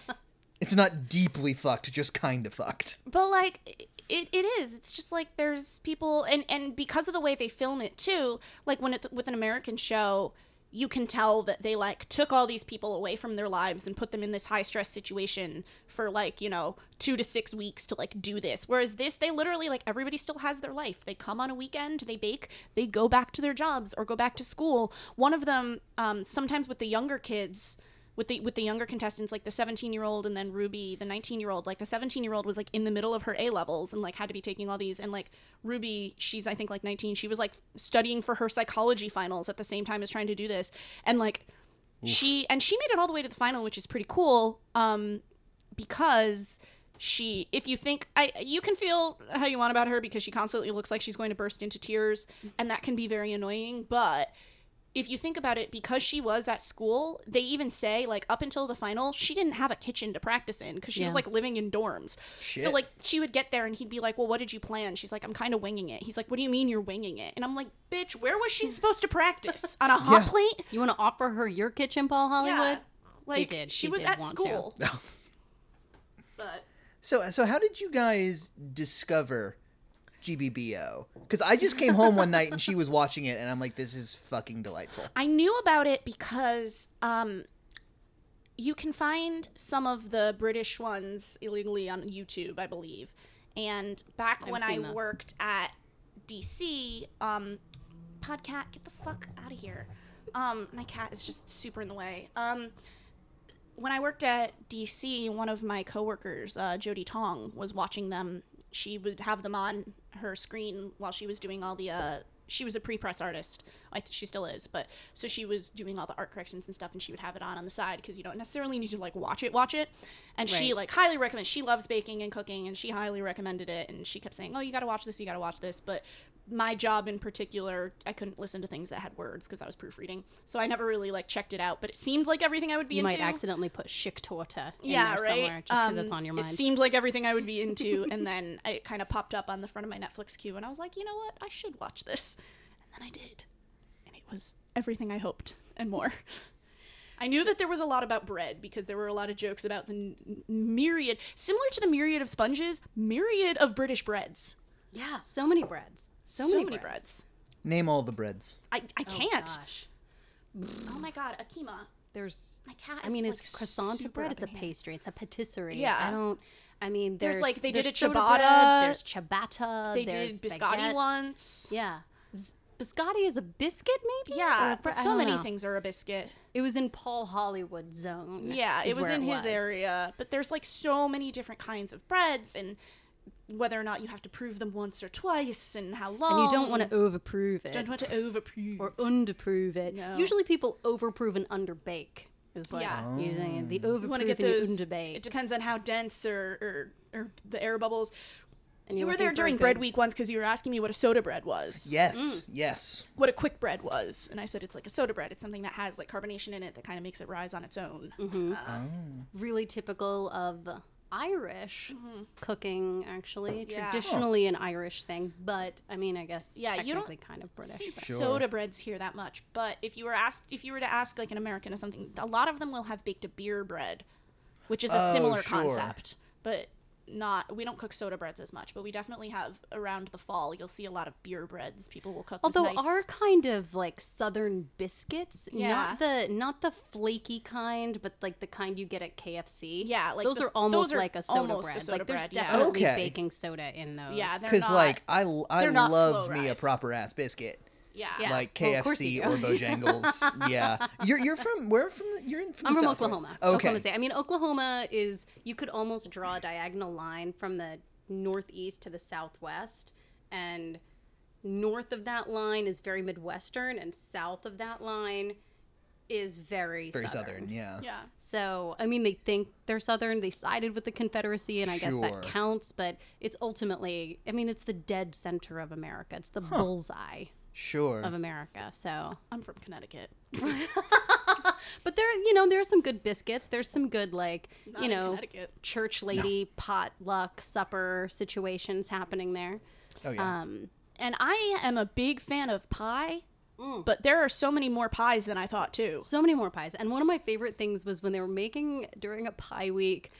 S7: it's not deeply fucked, just kind of fucked?
S8: but like it, it is it's just like there's people and and because of the way they film it too like when it with an american show you can tell that they like took all these people away from their lives and put them in this high stress situation for like you know two to six weeks to like do this whereas this they literally like everybody still has their life they come on a weekend they bake they go back to their jobs or go back to school one of them um, sometimes with the younger kids with the with the younger contestants like the 17 year old and then ruby the 19 year old like the 17 year old was like in the middle of her a levels and like had to be taking all these and like ruby she's i think like 19 she was like studying for her psychology finals at the same time as trying to do this and like she and she made it all the way to the final which is pretty cool um because she if you think i you can feel how you want about her because she constantly looks like she's going to burst into tears and that can be very annoying but if you think about it, because she was at school, they even say like up until the final, she didn't have a kitchen to practice in because she was
S5: Yeah.
S8: like living in dorms. So
S7: Shit.
S8: like she would get there and he'd be like, "Well, what did you plan?" She's like, "I'm kind of winging it." He's like, "What do you mean you're winging it?" And I'm like, "Bitch, where was she supposed to practice on a hot
S7: Yeah.
S8: plate?"
S5: You want to offer her your kitchen, Paul Hollywood?
S8: Like
S5: did.
S8: she
S5: They
S8: was
S5: did
S8: at
S5: want to.
S8: school. But
S7: So, so how did you guys discover GBBO? Because I just came home one night and she was watching it, and I'm like, this is fucking delightful.
S8: I knew about it because um, you can find some of the British ones illegally on YouTube, I believe. And back when I
S5: seen those.
S8: worked at DC, um, Podcat, get the fuck out of here. Um, my cat is just super in the way. Um, when I worked at DC, one of my coworkers, uh, Jody Tong, was watching them. She would have them on her screen while she was doing all the. Uh, she was a pre-press artist. I th- she still is, but so she was doing all the art corrections and stuff, and she would have it on on the side because you don't necessarily need to like watch it, watch it. And she
S5: Right.
S8: like highly recommends. She loves baking and cooking, and she highly recommended it. And she kept saying, "Oh, you got to watch this. You got to watch this." But my job in particular, I couldn't listen to things that had words because I was proofreading, so I never really like checked it out. But it seemed like everything I would be
S5: You
S8: into
S5: might accidentally put Schick Torta in
S8: yeah,
S5: there
S8: right.
S5: somewhere just because it's
S8: Um,
S5: on your
S8: It
S5: mind.
S8: seemed like everything I would be into, and then it kind of popped up on the front of my Netflix queue, and I was like, you know what, I should watch this, and then I did, and it was everything I hoped and more. I knew that there was a lot about bread because there were a lot of jokes about the n- myriad, similar to the myriad of sponges, myriad of British breads.
S5: yeah, so many breads. So, many, breads.
S7: Name all the breads.
S8: I, I can't.
S5: Gosh.
S8: Oh my god, Akima,
S5: There's
S8: my cat.
S5: I mean,
S8: is,
S5: it's
S8: like,
S5: croissant
S8: super
S5: bread.
S8: up
S5: It's a
S8: in here.
S5: pastry. It's a patisserie.
S8: Yeah.
S5: I don't. I mean,
S8: There's,
S5: there's,
S8: like, they did
S5: there's
S8: a
S5: soda
S8: ciabatta.
S5: breads, there's ciabatta.
S8: They
S5: there's
S8: did biscotti
S5: baguettes.
S8: once.
S5: Yeah, Z- biscotti is a biscuit, maybe. Or
S8: Yeah,
S5: a uh, bre-
S8: but
S5: I
S8: so
S5: don't
S8: many
S5: know.
S8: things are a biscuit.
S5: It was in Paul Hollywood zone.
S8: Yeah,
S5: is
S8: it was
S5: where
S8: in his
S5: was.
S8: area. But there's like so many different kinds of breads and whether or not you have to prove them once or twice and how long.
S5: and you don't want to overprove it
S8: don't want to overprove.
S5: or Um, underprove it.
S8: No.
S5: Usually, people overprove and underbake is what
S8: Yeah.
S5: using the
S8: Oh. you
S5: overproof
S8: want to get
S5: and you
S8: those. It
S5: underbake.
S8: depends on how dense or or, or the air bubbles.
S5: And
S8: you
S5: you're
S8: were
S5: looking
S8: there
S5: for a
S8: during bread
S5: good-
S8: week once because you were asking me what a soda bread was. Mm.
S7: Yes, yes.
S8: What a quick bread was, and I said it's like a soda bread. It's something that has like carbonation in it that kind of makes it rise on its own.
S5: really typical of Irish cooking, actually.
S8: Mm-hmm. Yeah.
S5: Traditionally an Irish thing, but I mean, I guess
S8: Yeah, you don't
S5: technically kind of British.
S8: see
S5: but-
S7: Sure.
S8: soda breads here that much, but if you were asked, if you were to ask like an American or something, a lot of them will have baked a beer bread, which is a
S7: Oh,
S8: similar
S7: sure.
S8: concept, but not we don't cook soda breads as much, but we definitely have around the fall. You'll see a lot of beer breads. People will cook. with
S5: Although
S8: nice-
S5: our kind of like southern biscuits,
S8: Yeah.
S5: not the not the flaky kind, but like the kind you get at KFC.
S8: Yeah, like
S5: those
S8: the-
S5: are almost
S8: those are
S5: like a soda
S8: almost a
S5: bread.
S8: soda
S5: like there's
S8: bread, yeah.
S5: definitely
S3: Okay.
S5: baking soda in those.
S8: yeah, they're
S3: Because
S8: not-
S3: like I l- I
S8: they're not
S3: loves
S8: slow
S3: me a
S8: rise.
S3: proper ass biscuit.
S8: yeah,
S5: Yeah.
S3: Like
S5: Well, of course
S3: KFC
S5: you do.
S3: or Bojangles. yeah, you're you're from where? From the, you're in- from
S5: I'm
S3: the
S5: from
S3: South, right?
S5: Oklahoma.
S3: Okay.
S5: Oklahoma State. I mean, Oklahoma is you could almost draw a diagonal line from the northeast to the southwest, and north of that line is very midwestern, and south of that line is very
S3: Very
S5: southern.
S3: southern. Yeah.
S8: yeah.
S5: So I mean, they think they're southern. They sided with the Confederacy, and I guess
S3: Sure.
S5: that counts. But it's ultimately, I mean, it's the dead center of America. It's the bullseye
S3: Sure.
S5: of America. So
S8: I'm from Connecticut.
S5: But there, you know, there are some good biscuits. There's some good, like,
S8: Not
S5: you
S8: in
S5: know,
S8: Connecticut.
S5: church lady potluck supper situations happening there.
S3: Oh yeah.
S8: And I am a big fan of pie, but there are so many more pies than I thought too.
S5: So many more pies. And one of my favorite things was when they were making during a pie week,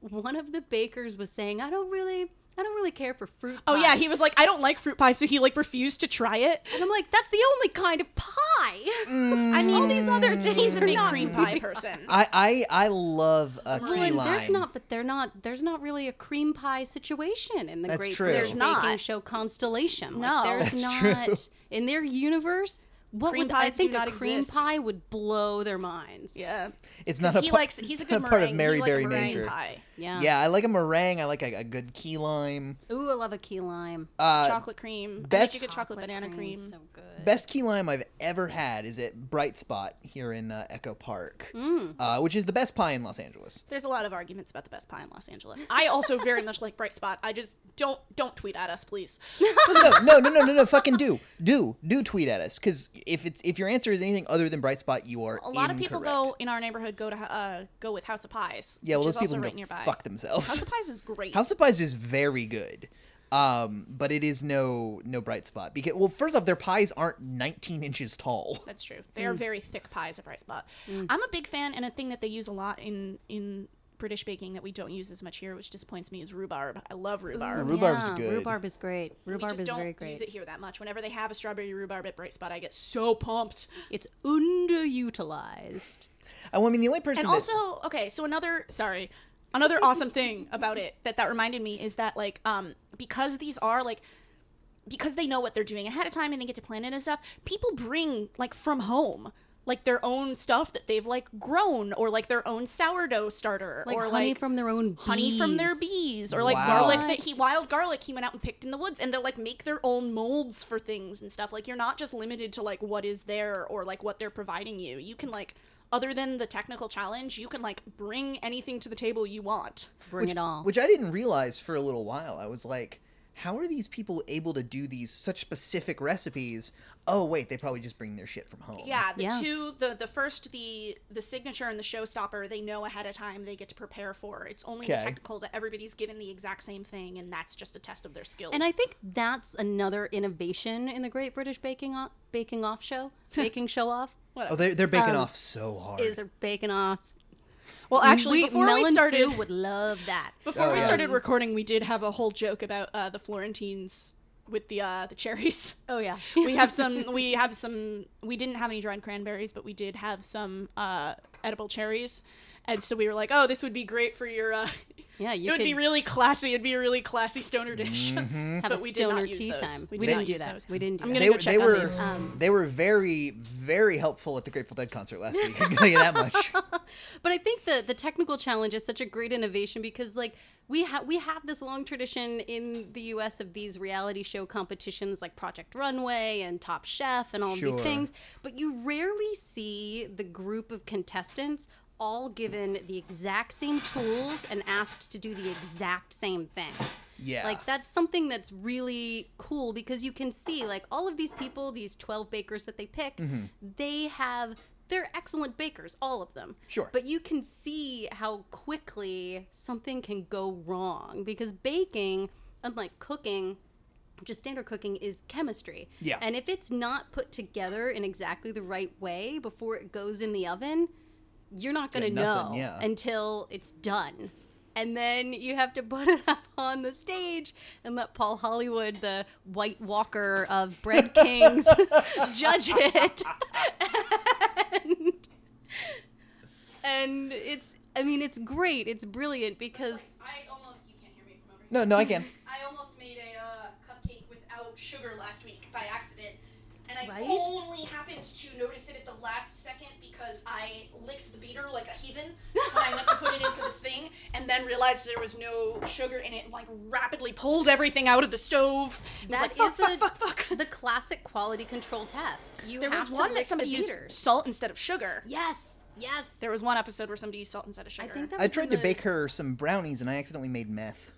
S5: one of the bakers was saying, "I don't really, I don't really care for fruit."
S8: Oh yeah,
S5: pies."
S8: he was like, I don't like fruit pie, so he like refused to try it.
S5: and I'm like, "That's the only kind of pie."
S8: I mean, all these other things. He's a big cream pie person.
S3: I, I I love a
S5: Well,
S3: key
S5: and
S3: line.
S5: there's not, but they're not. There's not really a cream pie situation in the
S3: That's
S5: Great
S3: true.
S5: British
S3: There's
S8: not.
S5: Baking Show Constellation. Like,
S8: No.
S5: there's
S3: That's
S5: not
S3: true.
S5: in their universe. What
S8: Cream
S5: would I
S8: pies
S5: think
S8: do
S5: a
S8: not
S5: cream
S8: exist.
S5: pie would blow their minds?
S8: yeah,
S3: It's not a
S8: he
S3: par-
S8: likes. He's
S3: it's
S8: a good
S3: not
S8: meringue.
S3: part of Mary
S8: he
S3: Berry
S8: liked meringue
S3: Major.
S8: pie,
S5: Yeah.
S3: Yeah, I like a meringue. I like a, a good key lime.
S5: Ooh, I love a key lime.
S3: Uh,
S8: chocolate cream. I
S3: best-
S8: think you could chocolate banana cream.
S5: cream's So good.
S3: Best key lime I've ever had is at Bright Spot here in uh, Echo Park, uh, which is the best pie in Los Angeles.
S8: There's a lot of arguments about the best pie in Los Angeles. I also very much like Bright Spot. I just don't don't tweet at us, please.
S3: no, no, no, no, no, no, fucking do, do, do tweet at us because if it's if your answer is anything other than Bright Spot, you are
S8: A lot of people
S3: incorrect.
S8: though in our neighborhood go to uh, go with House of Pies.
S3: Yeah, well,
S8: which
S3: those
S8: is also
S3: people can
S8: right
S3: go
S8: nearby.
S3: fuck
S8: House
S3: themselves.
S8: of Pies is great.
S3: House of Pies is very good, um, but it is no no Bright Spot because well, first off, their pies aren't 19 inches tall.
S8: That's true. They
S3: Mm.
S8: are very thick pies at Bright Spot. I'm a big fan, and a thing that they use a lot in in British baking that we don't use as much here, which disappoints me, is rhubarb. I love rhubarb.
S3: Ooh, Rhubarb's
S5: yeah,
S3: good.
S5: Rhubarb is great.
S8: we
S5: Rhubarb
S8: just
S5: is
S8: don't
S5: very great.
S8: use it here that much. Whenever they have a strawberry rhubarb at Bright Spot, I get so pumped.
S5: It's underutilized.
S3: Oh, I mean, the only person
S8: And
S3: that-
S8: also, okay, so another sorry, another awesome thing about it that that reminded me is that like um because these are like because they know what they're doing ahead of time and they get to plan it and stuff, people bring like from home like their own stuff that they've like grown or like their own sourdough starter
S5: Like
S8: or
S5: honey
S8: like
S5: from their own
S8: honey from their
S5: bees.
S8: bees or like
S3: Wow.
S8: garlic
S5: What?
S8: that he wild garlic he went out and picked in the woods and they'll like make their own molds for things and stuff like you're not just limited to like what is there or like what they're providing you you can like other than the technical challenge you can like bring anything to the table you want
S5: Bring it all.
S3: which I didn't realize for a little while. I was like, how are these people able to do these such specific recipes? Oh wait, they probably just bring their shit from home.
S8: yeah the
S5: Yeah.
S8: two the the first the the signature and the showstopper they know ahead of time they get to prepare for it's only the
S3: Okay.
S8: technical that everybody's given the exact same thing and that's just a test of their skills
S5: And I think that's another innovation in the Great British Baking Off, Baking Off Show, Baking Show Off.
S3: Oh, they're they're baking
S8: Um,
S3: off so hard.
S5: Is they're baking off.
S8: well actually
S5: we,
S8: before
S5: Mel
S8: we
S5: and
S8: started
S5: Sue would love that.
S8: Before
S3: Oh,
S8: we
S3: yeah.
S8: started recording, we did have a whole joke about uh, the Florentines with the uh, the cherries.
S5: Oh yeah,
S8: We have some. We have some. We didn't have any dried cranberries, but we did have some uh, edible cherries, and so we were like, "Oh, this would be great for your. Uh,
S5: yeah.
S8: it
S5: You
S8: would
S5: could
S8: be really classy. It'd be a really classy stoner dish."
S3: Mm-hmm.
S5: have
S8: but
S5: a
S8: we did not
S5: stoner
S8: use
S5: tea
S8: those.
S5: time.
S8: We
S5: We,
S8: did
S5: didn't
S8: not
S5: do
S8: use
S5: that.
S8: those.
S5: We didn't do
S8: I'm
S5: that.
S8: gonna
S3: they
S8: go
S3: were
S8: check
S3: they
S8: on
S3: were
S8: these.
S3: they were very very helpful at the Grateful Dead concert last week. I can tell you that much.
S5: But I think the the technical challenge is such a great innovation because like we have we have this long tradition in the U.S. of these reality show competitions like Project Runway and Top Chef and all of
S3: Sure.
S5: these things, but you rarely see the group of contestants all given the exact same tools and asked to do the exact same thing.
S3: Yeah.
S5: Like that's something that's really cool because you can see like all of these people, these 12 bakers that they pick,
S3: Mm-hmm.
S5: they have they're excellent bakers, all of them.
S3: Sure.
S5: But you can see how quickly something can go wrong because baking, unlike cooking, just standard cooking is chemistry.
S3: Yeah.
S5: And if it's not put together in exactly the right way before it goes in the oven, you're not going to
S3: Yeah, nothing,
S5: know
S3: yeah.
S5: until it's done. and then you have to put it up on the stage and let Paul Hollywood, the White Walker of Bread Kings, judge it. and, and it's, I mean, it's great. It's brilliant because
S8: I almost you can't hear me from over here.
S3: No, no, I can.
S8: I almost made a uh, cupcake without sugar last week by accident, and I
S5: Right?
S8: only happened to notice it at the last second because I licked the beater like a heathen when I went to put it into this thing, and then realized there was no sugar in it, and like rapidly pulled everything out of the stove. It was
S5: that
S8: like,
S5: is
S8: fuck, fuck,
S5: a-
S8: fuck, fuck.
S5: the classic quality control test. You
S8: There
S5: have
S8: was
S5: to
S8: one
S5: lick
S8: that somebody
S5: the
S8: used
S5: beaters.
S8: salt instead of sugar.
S5: Yes, yes.
S8: There was one episode where somebody used salt instead
S5: I
S8: of sugar.
S5: think that was
S3: I
S5: in
S3: tried to
S5: the-
S3: bake her some brownies and I accidentally made meth.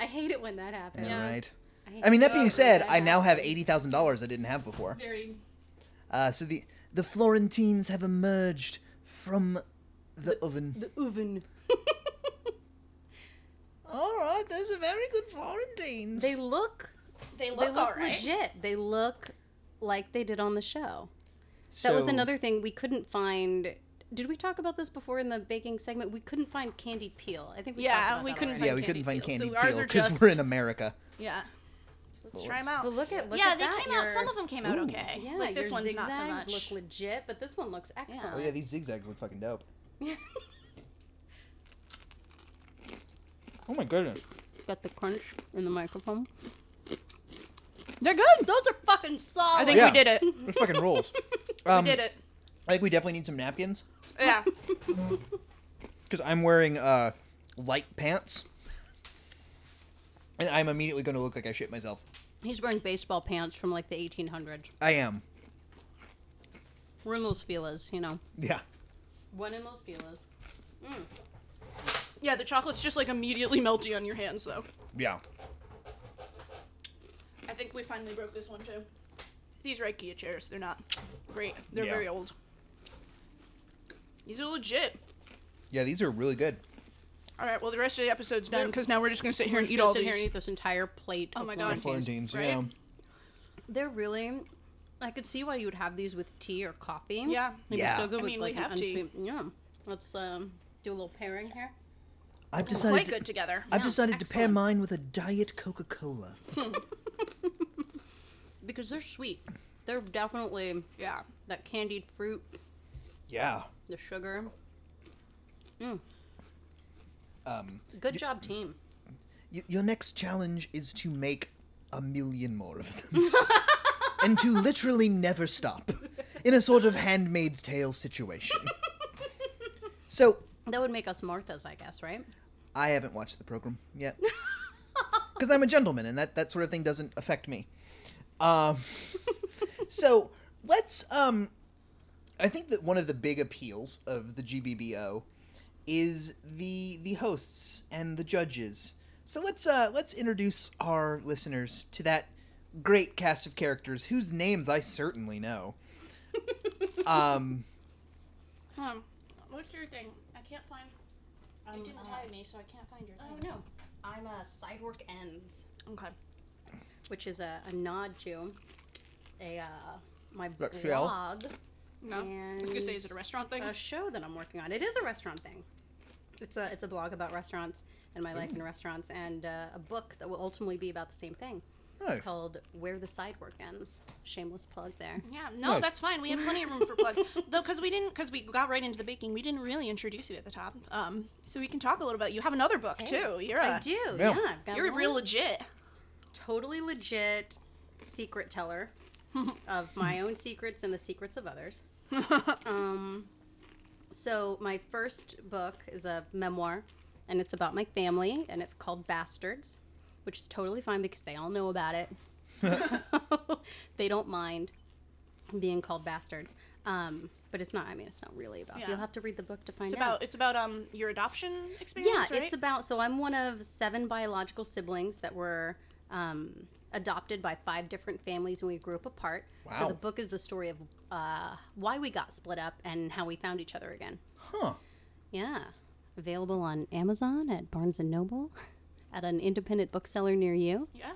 S5: I hate it when that happens.
S3: All right.
S5: hate
S3: I mean, that
S5: it
S3: being
S5: when
S3: said,
S5: that
S3: I now have
S5: happens.
S3: eighty thousand dollars I didn't have before.
S8: Very
S3: Uh, so the the Florentines have emerged from the, oven.
S5: the oven.
S3: All right, those are very good Florentines.
S5: They look
S8: they
S5: they
S8: look,
S5: look
S8: alright.
S5: legit. They look like they did on the show. That was another thing we couldn't find. Did we talk about this before in the baking segment? We couldn't find candied peel. I think we
S8: Yeah,
S5: talked about
S8: we
S5: that
S8: couldn't
S5: already.
S3: Yeah, we couldn't
S8: Candied
S3: find
S8: peel. So
S3: candied
S8: ours
S3: peel
S8: are
S3: because we're
S8: just-
S3: in America.
S8: Yeah. Let's try them out.
S5: But look at look
S8: yeah,
S5: at
S8: they
S5: that.
S8: came out.
S5: Your-
S8: Some of them came out okay.
S5: Yeah,
S8: like this
S5: your
S8: one's not so
S5: zigzags
S8: much.
S5: look legit, but this one looks excellent.
S3: Oh yeah, these zigzags look fucking dope. Oh my goodness.
S5: Got the crunch in the microphone.
S8: They're good.
S5: Those are fucking solid.
S8: I think
S3: Yeah.
S8: we did it.
S3: This fucking rules. Um,
S8: we did it.
S3: I think we definitely need some napkins
S8: Yeah.
S3: because I'm wearing uh, light pants, and I'm immediately going to look like I shit myself.
S5: He's wearing baseball pants from like the 1800s.
S3: I am.
S5: We're in Los Feliz, you know.
S3: Yeah.
S5: One in Los Feliz.
S8: yeah, the chocolate's just like immediately melty on your hands, though.
S3: Yeah.
S8: I think we finally broke this one too. These are IKEA chairs. They're not great. They're
S3: Yeah.
S8: very old. These are legit.
S3: Yeah, these are really good.
S8: All right. Well, the rest of the episode's done because now we're just gonna sit here and eat
S5: Just
S8: all
S5: sit
S8: these.
S5: here and eat this entire plate.
S8: Oh
S5: of
S8: my God.
S3: Florentines,
S8: Right?
S3: yeah.
S5: They're really. I could see why you would have these with tea or coffee.
S8: Yeah.
S5: They'd
S3: Yeah.
S5: Be so good
S8: I mean, we
S5: with like an
S8: have tea.
S5: unsweet- Yeah. Let's um, do a little pairing here.
S3: I've decided
S8: Quite
S3: to-
S8: good together.
S3: I've decided to pair mine with a diet Coca-Cola.
S5: Because they're sweet. They're definitely
S8: Yeah.
S5: that candied fruit,
S3: Yeah.
S5: the sugar. Mm.
S3: Um,
S5: Good job, team.
S3: y- your next challenge is to make a million more of them, and to literally never stop, in a sort of Handmaid's Tale situation. so
S5: That would make us Marthas, I guess, right?
S3: I haven't watched the program yet, because I'm a gentleman, and that that sort of thing doesn't affect me. Um, so let's. Um, I think that one of the big appeals of the GBBO is the the hosts and the judges. So let's uh, let's introduce our listeners to that great cast of characters whose names I certainly know. um,
S8: Um, what's your thing? I can't find. it didn't hide me, so I can't find your
S5: Um, uh, Oh
S8: thing.
S5: no, I'm a Sidework Ends,
S8: Okay.
S5: which is a, a nod to a uh, my
S3: Like Shell?
S5: blog,
S8: No. I was gonna say, is it a restaurant thing?
S5: a show that I'm working on. It is a restaurant thing. It's a it's a blog about restaurants and my life in restaurants, and uh, a book that will ultimately be about the same thing.
S3: Right.
S5: Called Where the Sidework Ends. Shameless plug there.
S8: Yeah, no,
S3: Nice.
S8: that's fine. We have plenty of room for plugs, though, because we didn't, because we got right into the baking. We didn't really introduce you at the top, um, so we can talk a little about. You have another book too. You're a,
S5: I do. Yeah,
S3: Yeah.
S5: I've got
S8: you're a
S5: one.
S8: real legit.
S5: totally legit secret teller of my own secrets and the secrets of others. um, so my first book is a memoir, and it's about my family, and it's called Bastards, which is totally fine because they all know about it. So they don't mind being called bastards. Um, but it's not. I mean, it's not really about.
S8: Yeah.
S5: You'll have to read the book to find
S8: It's
S5: out.
S8: about it's about um your adoption
S5: Yeah,
S8: experience.
S5: it's about so I'm one of seven biological siblings that were um, adopted by five different families and we grew up apart. So
S3: Wow.
S5: the book is the story of uh, why we got split up and how we found each other again.
S3: huh?
S5: Yeah, available on Amazon at Barnes and Noble, at an independent bookseller near you.
S8: yeah.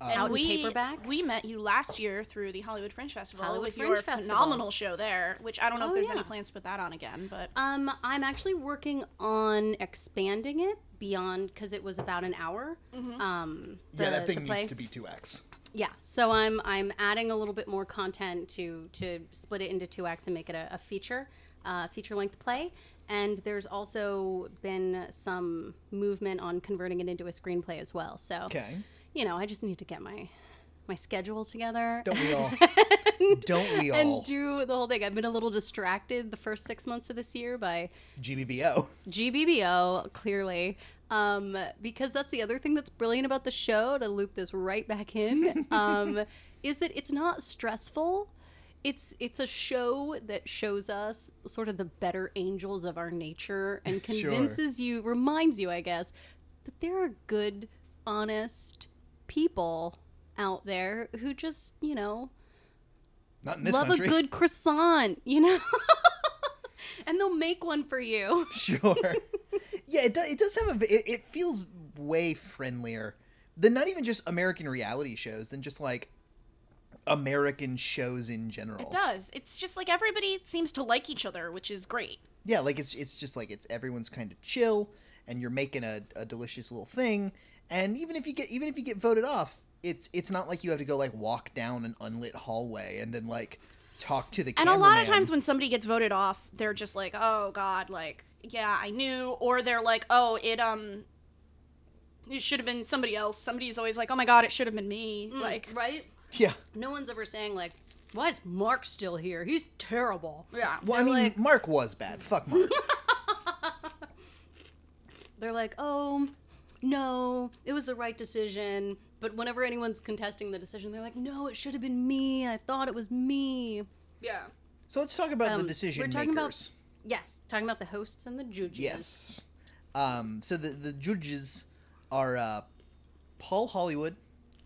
S8: and
S5: Out in
S8: we,
S5: paperback?
S8: We met you last year through the Hollywood Fringe Festival
S5: Hollywood
S8: with
S5: Fringe
S8: your
S5: Festival.
S8: phenomenal show there, which I don't know
S5: Oh,
S8: if there's
S5: yeah.
S8: any plans to put that on again, but
S5: Um, I'm actually working on expanding it beyond because it was about an hour. Um,
S3: yeah,
S5: the-
S3: that thing
S5: the play.
S3: needs to be two X.
S5: Yeah, so I'm I'm adding a little bit more content to to split it into two acts and make it a, a feature, uh, feature length play. And there's also been some movement on converting it into a screenplay as well. So,
S3: Okay.
S5: you know, I just need to get my my schedule together.
S3: Don't we all? don't we all?
S5: And do the whole thing. I've been a little distracted the first six months of this year by
S3: GBBO.
S5: GBBO, clearly. Um, because that's the other thing that's brilliant about the show, to loop this right back in, um, is that it's not stressful. It's it's a show that shows us sort of the better angels of our nature and
S3: Sure.
S5: convinces you, reminds you, I guess, that there are good, honest people out there who just, you know,
S3: Not in this
S5: love
S3: country.
S5: a good croissant, you know? and they'll make one for you.
S3: Sure. yeah, it, do, it does have a. v- It, it feels way friendlier than not even just American reality shows, than just like American shows in general.
S8: it does. It's just like everybody seems to like each other, which is great.
S3: Yeah, like it's it's just like it's everyone's kind of chill, and you're making a, a delicious little thing. And even if you get even if you get voted off, it's it's not like you have to go like walk down an unlit hallway and then like talk to the.
S8: And a lot of
S3: cameraman.
S8: times when somebody gets voted off, they're just like, "Oh God, like yeah, I knew," or they're like, "Oh, it um, it should have been somebody else." Somebody's always like, "Oh my God, it should have been me." like,
S5: Mm, right?
S3: yeah.
S5: No one's ever saying like, "Why is Mark still here? He's terrible."
S8: yeah,
S3: Well, I mean, Mark was bad. Fuck Mark.
S5: They're like, "Oh, no, it was the right decision." But whenever anyone's contesting the decision, they're like, "No, it should have been me. I thought it was me."
S8: yeah.
S3: so let's talk about
S5: Um,
S3: the decision
S5: we're talking about-
S3: makers.
S5: Yes, talking about the hosts and the jujus.
S3: Yes. Um, so the, the judges are uh, Paul Hollywood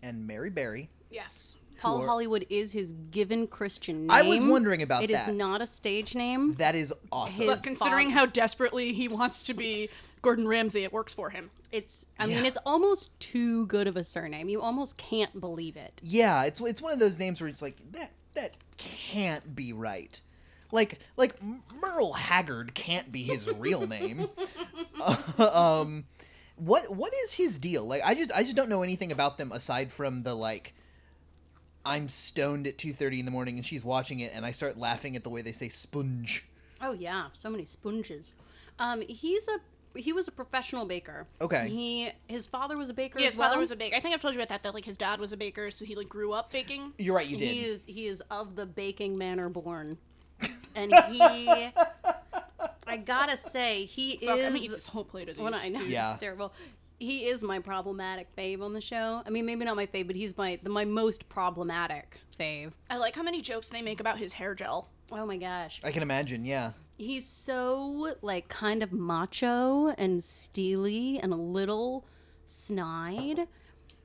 S3: and Mary Berry.
S8: Yes.
S5: Paul
S3: Who are-
S5: Hollywood is his given Christian name.
S3: I was wondering about
S5: It is
S3: that.
S5: not a stage name.
S3: That is awesome.
S5: His-
S8: But considering
S5: father-
S8: how desperately he wants to be Gordon Ramsay, it works for him.
S5: It's I mean, it's almost too good of a surname. You almost can't believe it.
S3: yeah, it's it's one of those names where it's like that that can't be right. Like like Merle Haggard can't be his real name. um, what what is his deal? Like I just I just don't know anything about them aside from the like I'm stoned at 2:30 in the morning and she's watching it and I start laughing at the way they say sponge.
S5: Oh yeah, so many sponges. Um, he's a he was a professional baker.
S3: Okay.
S5: He his father was a baker.
S8: Yeah,
S5: as
S8: his
S5: well.
S8: father was a baker. I think I've told you about that. That like his dad was a baker, so he like grew up baking.
S3: You're right, you did.
S5: He is he is of the baking manner born, and he. I gotta say, he
S8: Fuck, I'm
S5: is.
S8: gonna eat this whole plate of these.
S5: Well, I know
S3: Yeah.
S5: it's terrible. He is my problematic fave on the show. I mean, maybe not my fave, but he's my the, my most problematic fave.
S8: I like how many jokes they make about his hair gel.
S5: Oh my gosh,
S3: I can imagine, yeah.
S5: he's so like kind of macho and steely and a little snide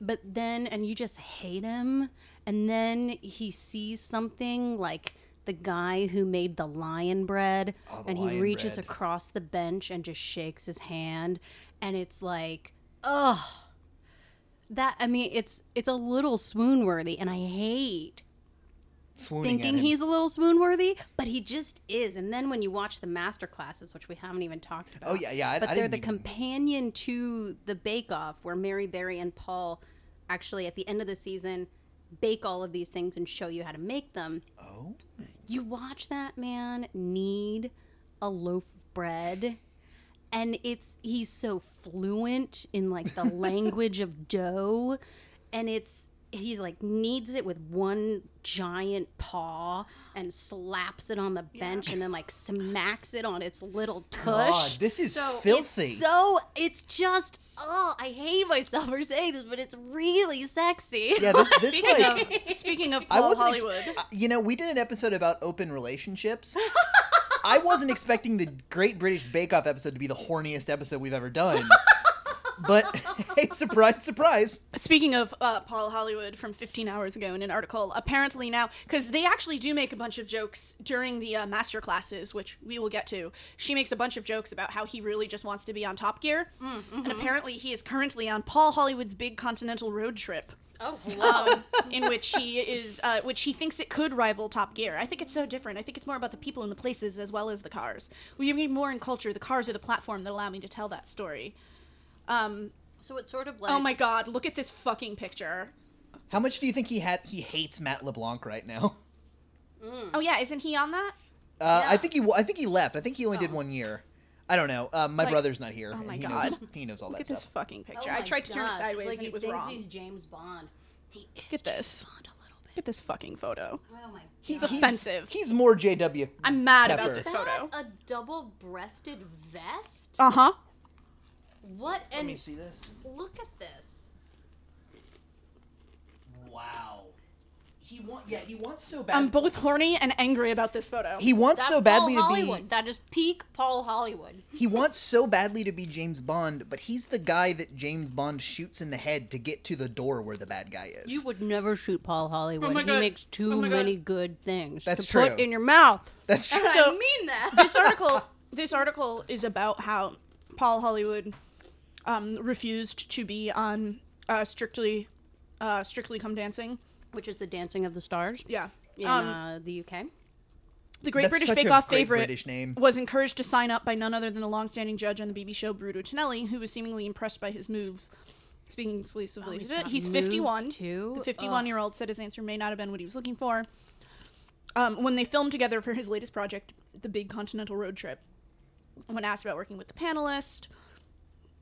S5: but then and you just hate him and then he sees something like the guy who made the lion bread
S3: Oh, the
S5: and he
S3: lion
S5: reaches
S3: bread.
S5: across the bench and just shakes his hand and it's like ugh that i mean it's it's a little swoon worthy and i hate
S3: Swooning
S5: thinking he's a little swoon worthy, but he just is. And then when you watch the master classes, which we haven't even talked about.
S3: Oh yeah, yeah. I,
S5: But
S3: I
S5: they're
S3: didn't
S5: the
S3: even-
S5: companion to the Bake Off, where Mary Berry and Paul actually at the end of the season bake all of these things and show you how to make them.
S3: Oh,
S5: You watch that man knead a loaf of bread. And it's he's so fluent in like the language of dough, and it's he's like kneads it with one giant paw and slaps it on the bench and then like smacks it on its little tush.
S3: God, this is filthy.
S5: So it's just oh, I hate myself for saying this, but it's really sexy.
S3: yeah, this, this
S8: Speaking
S3: like,
S8: of speaking of
S3: I
S8: Paul
S3: wasn't. ex-
S8: Hollywood,
S3: uh, you know, we did an episode about open relationships. I wasn't expecting the Great British Bake Off episode to be the horniest episode we've ever done. but hey, surprise, surprise!
S8: Speaking of uh, Paul Hollywood from 15 hours ago in an article, apparently now, because they actually do make a bunch of jokes during the uh, master classes, which we will get to. She makes a bunch of jokes about how he really just
S5: Mm, mm-hmm.
S8: wants to be on Top Gear. And apparently he is currently on Paul Hollywood's big continental road trip.
S5: Oh,
S8: in which he is, uh, which he thinks it could rival Top Gear. I think it's so different. I think it's more about the people and the places as well as the cars. We need more in culture. The cars are the platform that allow me to tell that story. Um,
S5: so it's sort of like
S8: oh my God! Look at this fucking picture.
S3: How much do you think he had? He hates Matt LeBlanc right now.
S8: Oh yeah, isn't he on that?
S3: Uh, I think he. wa- I think he left. I think he only did one year. I don't know. Uh, my
S8: Oh. Like-
S3: brother's not here.
S8: oh my
S3: he
S8: God.
S3: Knows, he knows all
S8: Look
S3: that
S8: at this
S3: stuff.
S8: fucking picture.
S5: Oh
S8: I
S5: my
S8: tried to turn it
S5: gosh. It's
S8: sideways
S5: like
S8: and
S5: he
S8: it was
S5: thinks
S8: wrong.
S5: He's James Bond. He is
S8: Look at this.
S5: James Bond a little
S8: Look at this fucking photo.
S5: bit. Oh my.
S8: He's
S5: God.
S8: offensive.
S3: He's more JW.
S8: I'm mad
S3: Pepper.
S8: about this
S5: Is
S8: photo.
S5: that a double-breasted vest?
S8: Uh huh.
S5: what? And
S3: this.
S5: look at this.
S3: Wow. He want. Yeah, he wants so bad.
S8: I'm both horny and angry about this photo.
S3: he wants
S5: That's
S3: so badly
S5: Paul
S3: to
S5: Hollywood.
S3: be.
S5: That is peak Paul Hollywood.
S3: He wants so badly to be James Bond, but he's the guy that James Bond shoots in the head to get to the door where the bad guy is.
S5: You would never shoot Paul Hollywood.
S8: Oh my
S5: he
S8: God.
S5: makes too
S8: my God.
S5: many good things
S3: That's
S5: to
S3: true.
S5: put in your mouth.
S3: That's true.
S5: I
S8: So-
S5: mean that.
S8: this article this article is about how Paul Hollywood um, refused to be on uh, strictly uh, strictly come dancing.
S5: Which is the Dancing of the Stars
S8: Yeah.
S5: in
S8: Um,
S5: uh, the UK.
S8: the Great
S3: That's
S8: British
S3: such
S8: Bake
S3: a
S8: Off
S3: great
S8: favorite
S3: British name.
S8: was encouraged to sign up by none other than the long-standing judge on the BBC show Bruno Tonelli, who was seemingly impressed by his moves. Speaking exclusively,
S5: Oh, he's
S8: to it.
S5: got
S8: he's
S5: moves,
S8: 51.
S5: too?
S8: The
S5: Ugh.
S8: 51-year-old said his answer may not have been what he was looking for. Um, when they filmed together for his latest project, The Big Continental Road Trip, when asked about working with the panelist,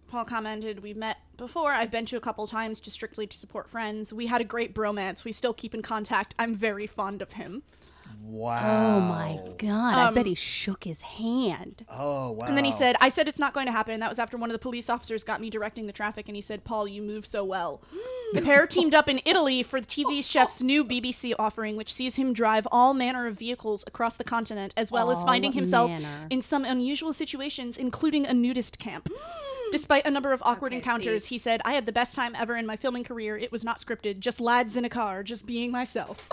S8: Paul commented, "We've met before. I've been to a couple times just strictly to support friends. We had a great bromance. We still keep in contact. I'm very fond of him."
S3: wow.
S5: Oh my God!
S8: Um,
S5: I bet he shook his hand.
S3: Oh wow.
S8: And then he said, I said it's not going to happen. That was after one of the police officers got me directing the traffic, and he said, Paul, you move so well. the pair teamed up in Italy for the TV chef's new BBC offering, which sees him drive all manner of vehicles across the continent, as well as
S5: All
S8: finding himself
S5: manner.
S8: in some unusual situations, including a nudist camp. Despite a number of awkward
S5: Okay,
S8: encounters,
S5: see.
S8: he said, I had the best time ever in my filming career. It was not scripted, just lads in a car, just being myself.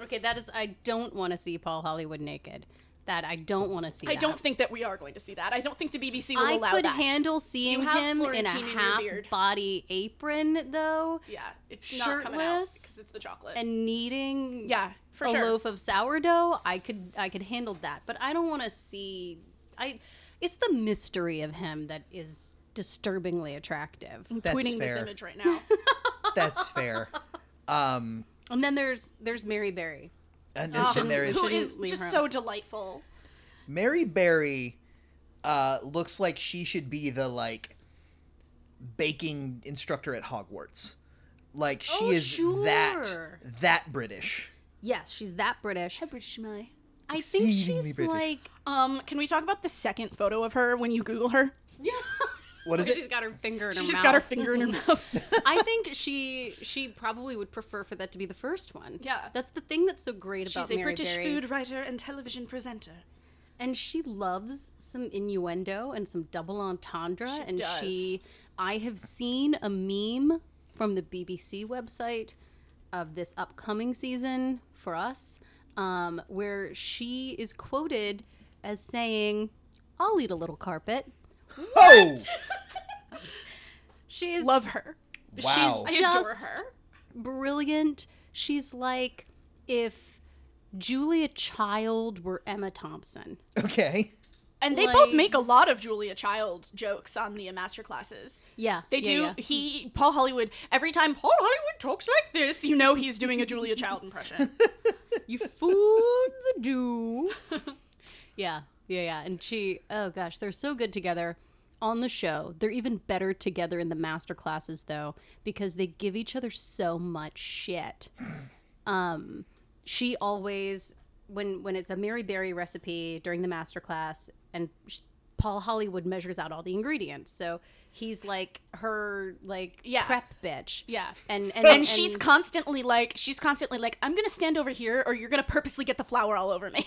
S5: Okay, that is. I don't want to see Paul Hollywood naked. That I don't want to see.
S8: I
S5: that.
S8: don't think that we are going to see that. I don't think the BBC will
S5: I
S8: allow
S5: could
S8: that.
S5: handle seeing
S8: You have
S5: him in a
S8: Florentine in your beard.
S5: half-body apron, though,
S8: Yeah, it's not coming out
S5: Shirtless
S8: because it's the chocolate.
S5: and needing
S8: Yeah, for
S5: a
S8: sure.
S5: loaf of sourdough. I could I could handle that, but I don't want to see. I it's the mystery of him that is disturbingly attractive.
S3: That's
S8: tweeting
S3: fair.
S8: this image right now.
S3: That's fair. Um,
S5: And then there's there's Mary Berry.
S3: and then there is
S8: Who
S5: Shouldn't
S8: is
S5: leave
S8: just
S5: her
S8: so delightful.
S3: Mary Berry. Uh, looks like she should be the like baking instructor at Hogwarts. Like she
S5: Oh,
S3: is that
S5: sure.
S3: that British.
S5: Yes, she's that British.
S8: British
S5: I think
S3: Exceedingly
S5: she's
S3: British.
S5: like
S8: Um, can we talk about the second photo of her when you Google her?
S5: yeah.
S3: What is
S5: She's
S3: it?
S5: got her finger in her
S8: She's
S5: mouth.
S8: just got her finger in her mouth.
S5: I think she she probably would prefer for that to be the first one.
S8: Yeah.
S5: that's the thing that's so great about
S8: She's a
S5: Mary
S8: British
S5: Berry.
S8: food writer and television presenter.
S5: and she loves some innuendo and some double entendre and
S8: does.
S5: she i have seen a meme from the bbc website of this upcoming season for us um, where she is quoted as saying i'll eat a little carpet
S3: Oh
S5: she is
S8: Love her.
S3: wow!
S8: I adore
S5: Just-
S8: her.
S5: brilliant she's like if julia child were emma thompson
S3: okay.
S8: And they both
S5: like-
S8: make a lot of Julia Child jokes on the uh, master classes.
S5: yeah
S8: They
S5: yeah,
S8: do.
S5: yeah.
S8: He, Paul Hollywood, every time Paul Hollywood talks like this, you know he's doing a Julia Child impression.
S5: You fooled the Jew. yeah, yeah, yeah. And she, oh gosh, they're so good together on the show. They're even better together in the master classes, though, because they give each other so much shit. Um, she always, when when it's a Mary Berry recipe during the master class, and sh Paul Hollywood measures out all the ingredients, so he's like her like
S8: Yeah.
S5: prep bitch.
S8: Yeah.
S5: and and,
S8: and she's constantly like, she's constantly like, I'm gonna stand over here, or you're gonna purposely get the flour all over me.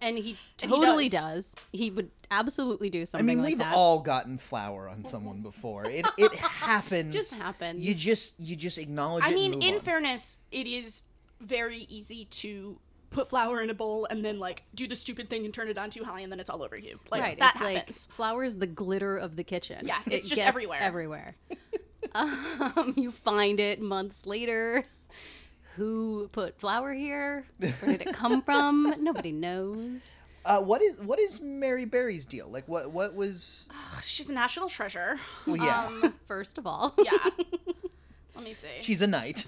S5: and he
S8: he
S5: totally
S8: does.
S5: does. He would absolutely do
S3: I
S5: something.
S3: mean,
S5: like
S3: we've
S5: that.
S3: all gotten flour on someone before. It it happens.
S5: Just happens.
S3: You just you just acknowledge
S8: I
S3: it.
S8: mean,
S3: and
S8: in
S3: move on.
S8: fairness, it is very easy to put flour in a bowl and then like do the stupid thing and turn it on too high, and then it's all over you. Like
S5: right.
S8: that
S5: it's
S8: happens.
S5: like flowers the glitter of the kitchen.
S8: Yeah, it's just everywhere.
S5: Everywhere. Um, you find it months later. Who put flour here? Where did it come from? Nobody knows.
S3: Uh, what is what is Mary Berry's deal? Like what what was?
S8: She's a national treasure.
S3: Well, yeah,
S8: Um,
S5: First of all,
S8: Yeah. Let me see.
S3: she's a knight.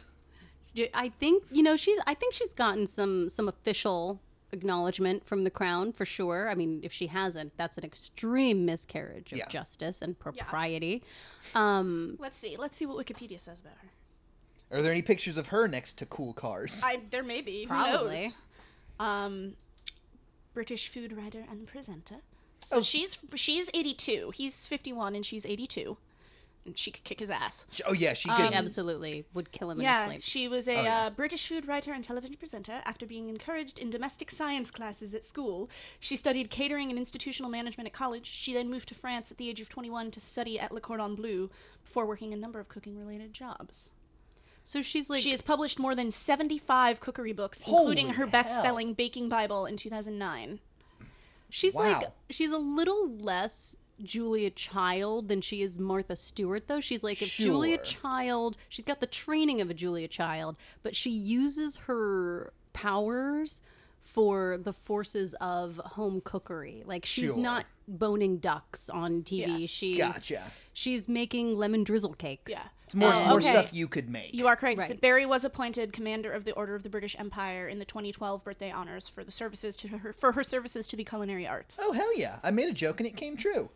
S5: Yeah, I think you know she's. I think she's gotten some some official acknowledgement from the crown for sure. I mean, if she hasn't, that's an extreme miscarriage of
S3: Yeah.
S5: justice and propriety.
S8: Let's see. Let's see what Wikipedia says about her.
S3: Are there any pictures of her next to cool cars?
S8: I, there may be. Who
S5: Probably.
S8: knows? Um, British food writer and presenter. So she's she's 82. He's 51 and she's 82. And she could kick his ass.
S3: She- oh yeah, she could.
S5: She
S8: Um,
S5: absolutely would kill him
S8: yeah,
S5: in his sleep.
S8: she was a uh, British food writer and television presenter. After being encouraged in domestic science classes at school, she studied catering and institutional management at college. She then moved to France at the age of 21 to study at Le Cordon Bleu before working a number of cooking related jobs.
S5: so she's like
S8: she has published more than 75 cookery books, including her best selling Baking Bible in 2009.
S5: She's like
S3: Wow.
S5: she's a little less Julia Child than she is Martha Stewart though. She's like if Julia
S3: Sure.
S5: Child, she's got the training of a Julia Child, but she uses her powers for the forces of home cookery. Like she's
S3: Sure.
S5: not boning ducks on TV.
S8: Yes.
S5: She's
S3: Gotcha.
S5: she's making lemon drizzle cakes.
S8: Yeah.
S3: It's more
S8: Oh,
S3: more
S8: okay.
S3: stuff you could make.
S8: You are correct.
S5: Right.
S8: So Barry was appointed Commander of the Order of the British Empire in the 2012 birthday honors for the services to her for her services to the culinary arts.
S3: Oh hell yeah! I made a joke and it came true.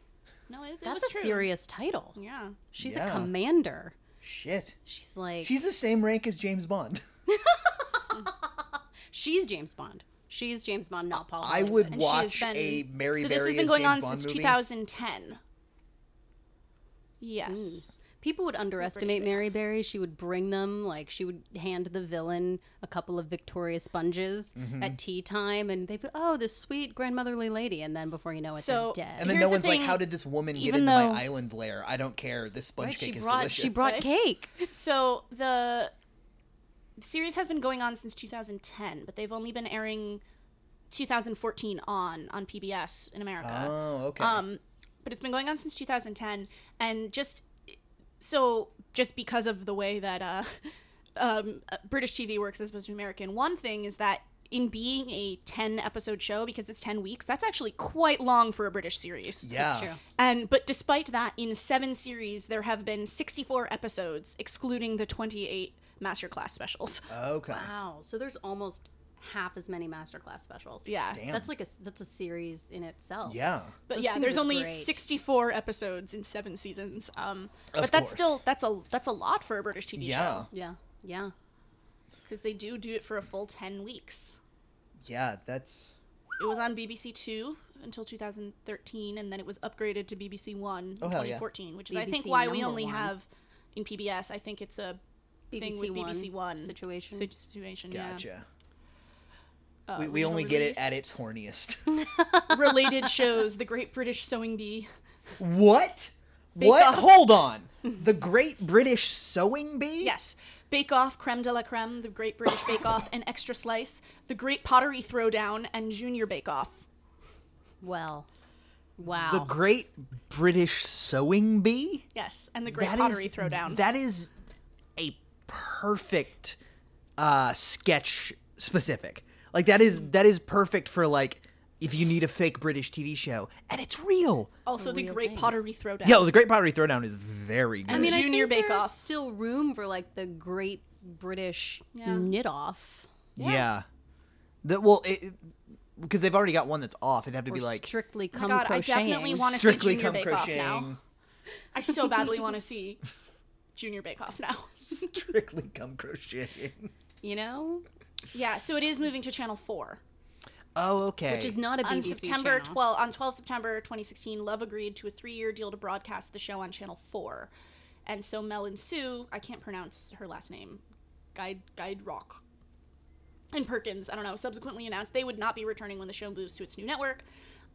S8: no, it, it
S5: That's
S8: was
S5: a
S8: true.
S5: serious title.
S8: Yeah.
S5: She's
S3: Yeah.
S5: a commander.
S3: Shit.
S5: She's like
S3: She's the same rank as James Bond.
S5: she's James Bond. She's James Bond, not Paul.
S3: I
S5: Hollywood.
S3: would
S8: Oh, And
S3: watch
S8: she has been
S3: a Mary
S8: So
S3: Berry
S8: this has
S3: as
S8: been going
S3: James
S8: on
S3: Bond
S8: since
S3: movie.
S8: 2010. Yes.
S5: People would underestimate Mary Berry. She would bring them, like, she would hand the villain a couple of Victoria sponges
S3: Mm-hmm.
S5: at tea time, and they'd be, oh, this sweet grandmotherly lady. And then before you know it,
S8: So-
S5: they're dead.
S3: And then
S8: Here's
S3: no
S8: the
S3: one's like,
S8: thing,
S3: "How did this woman get
S8: even
S3: into
S8: though-
S3: my island lair? I don't care. This sponge
S8: Right, she
S3: cake is
S8: brought-
S3: delicious."
S8: she
S5: Brought cake.
S8: So the series has been going on since 2010, but they've only been airing 2014 on on PBS in America.
S3: Oh, okay.
S8: Um, but it's been going on since 2010, and just so just because of the way that uh, um, uh, British TV works as opposed to American, one thing is that in being a 10 episode show because it's 10 weeks, that's actually quite long for a British series.
S3: yeah.
S5: true.
S8: And but despite that, in seven series, there have been 64 episodes, excluding the 28 masterclass specials.
S3: Okay.
S5: Wow. So there's almost half as many masterclass specials.
S8: Yeah.
S3: Damn.
S5: That's like a, that's a series in itself.
S3: Yeah.
S8: But
S5: Those
S8: yeah,
S5: things
S8: there's
S5: are
S8: only
S5: great.
S8: 64 episodes in seven seasons. Um, but
S3: Of course.
S8: that's still that's a that's a lot for a British TV
S3: Yeah.
S8: show
S5: Yeah. Yeah.
S8: because they do do it for a full 10 weeks.
S3: Yeah. That's.
S8: It was on BBC Two until 2013, and then it was upgraded to BBC One in
S3: Oh, hell yeah.
S8: 2014, which is I
S5: BBC
S8: think why we
S5: number
S8: only
S5: one.
S8: have in PBS. I think it's a thing with BBC One
S5: situation.
S8: situation. yeah.
S3: Gotcha.
S8: Uh,
S3: we we
S8: original
S3: only get it at
S8: release.
S3: its horniest.
S8: related shows the great british sewing bee
S3: what? what?
S8: Off.
S3: Hold on. the Great British Sewing Bee.
S8: yes bake off creme de la creme the great british bake off and extra slice the great pottery throwdown and junior bake off
S5: Well, wow.
S3: The Great British Sewing Bee.
S8: yes and the great
S3: That
S8: pottery
S3: is-
S8: throwdown
S3: That is a perfect uh, sketch specific. Like that is that is perfect for like if you need a fake British TV show and it's real.
S8: also the great pottery throwdown
S3: Yo, the Great Pottery Throwdown is very good.
S5: I mean,
S8: Junior
S5: I think
S8: Bake
S5: there's
S8: Off.
S5: still room for like the Great British
S8: Yeah.
S5: Knit Off.
S3: yeah. That well, it, because they've already got one that's off. It'd have to
S5: Or
S3: be like
S5: strictly
S8: Oh my
S5: come
S8: God, I
S5: crocheting.
S8: definitely wanna see
S3: strictly
S8: Junior
S3: come
S8: Bake Off now.
S3: crocheting.
S8: i so badly want to see junior bake off now
S3: strictly come crocheting.
S5: you know,
S8: yeah so it is moving to channel 4
S3: Oh, okay.
S5: which is not a BBC
S8: on September
S5: channel.
S8: 12 on 12 September 2016, Love agreed to a three-year deal to broadcast the show on Channel 4. And so Mel and Sue, I can't pronounce her last name, Guide Guide Rock, and Perkins, I don't know, subsequently announced they would not be returning when the show moves to its new network.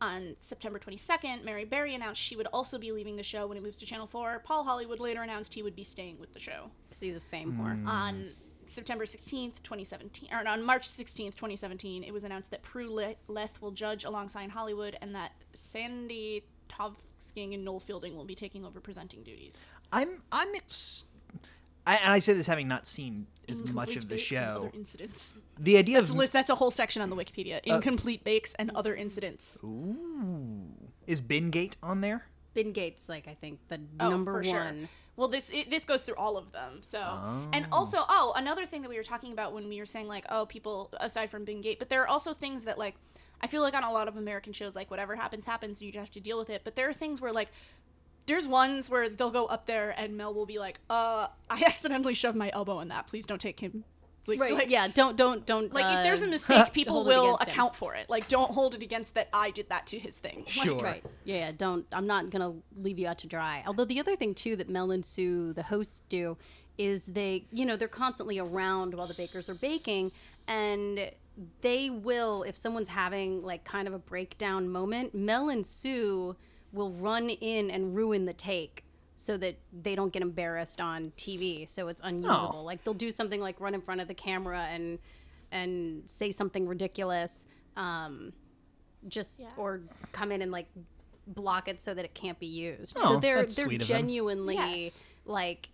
S8: On September 22nd, Mary Berry announced she would also be leaving the show when it moves to Channel 4. Paul Hollywood later announced he would be staying with the show.
S5: He's a fame whore.
S3: Mm.
S8: On
S3: Mm-hmm.
S8: September 16th, 2017, or on March 16th, 2017, it was announced that Prue Le- Leth will judge alongside Hollywood and that Sandy Tovsking and Noel Fielding will be taking over presenting duties.
S3: I'm I'm ex- I, and I say this having not seen as much of the show.
S8: incidents.
S3: The idea of
S8: Liz, that's a whole section on the Wikipedia.
S3: Uh,
S8: Incomplete bakes and other incidents.
S3: is Bingate on there?
S5: Bin Gates, like I think the
S8: Oh,
S5: number
S8: for sure.
S5: one.
S8: Well, this it, this goes through all of them. So, and also, oh, another thing that we were talking about when we were saying like, oh, people aside from Bing Gate, but there are also things that like, I feel like on a lot of American shows, like whatever happens happens, and you just have to deal with it. But there are things where like, there's ones where they'll go up there and Mel will be like, uh, I accidentally shoved my elbow in that. Please don't take him. Like,
S5: Right.
S8: like-
S5: yeah. Don't don't don't.
S8: Like
S5: uh,
S8: if there's a mistake, people
S5: hold it
S8: will
S5: against him.
S8: account for it. Like don't hold it against that I did that to his thing. Like,
S3: Sure.
S5: Right. Yeah, yeah. Don't. I'm not gonna leave you out to dry. Although the other thing too that Mel and Sue, the hosts, do is they, you know, they're constantly around while the bakers are baking, and they will, if someone's having like kind of a breakdown moment, Mel and Sue will run in and ruin the take. So that they don't get embarrassed on TV, so it's unusable. Like they'll do something like run in front of the camera and and say something ridiculous. Um, just or come in and like block it so that it can't be used.
S3: Oh,
S5: so they're
S3: that's
S5: they're
S3: sweet of them.
S5: genuinely
S8: Yes.
S5: like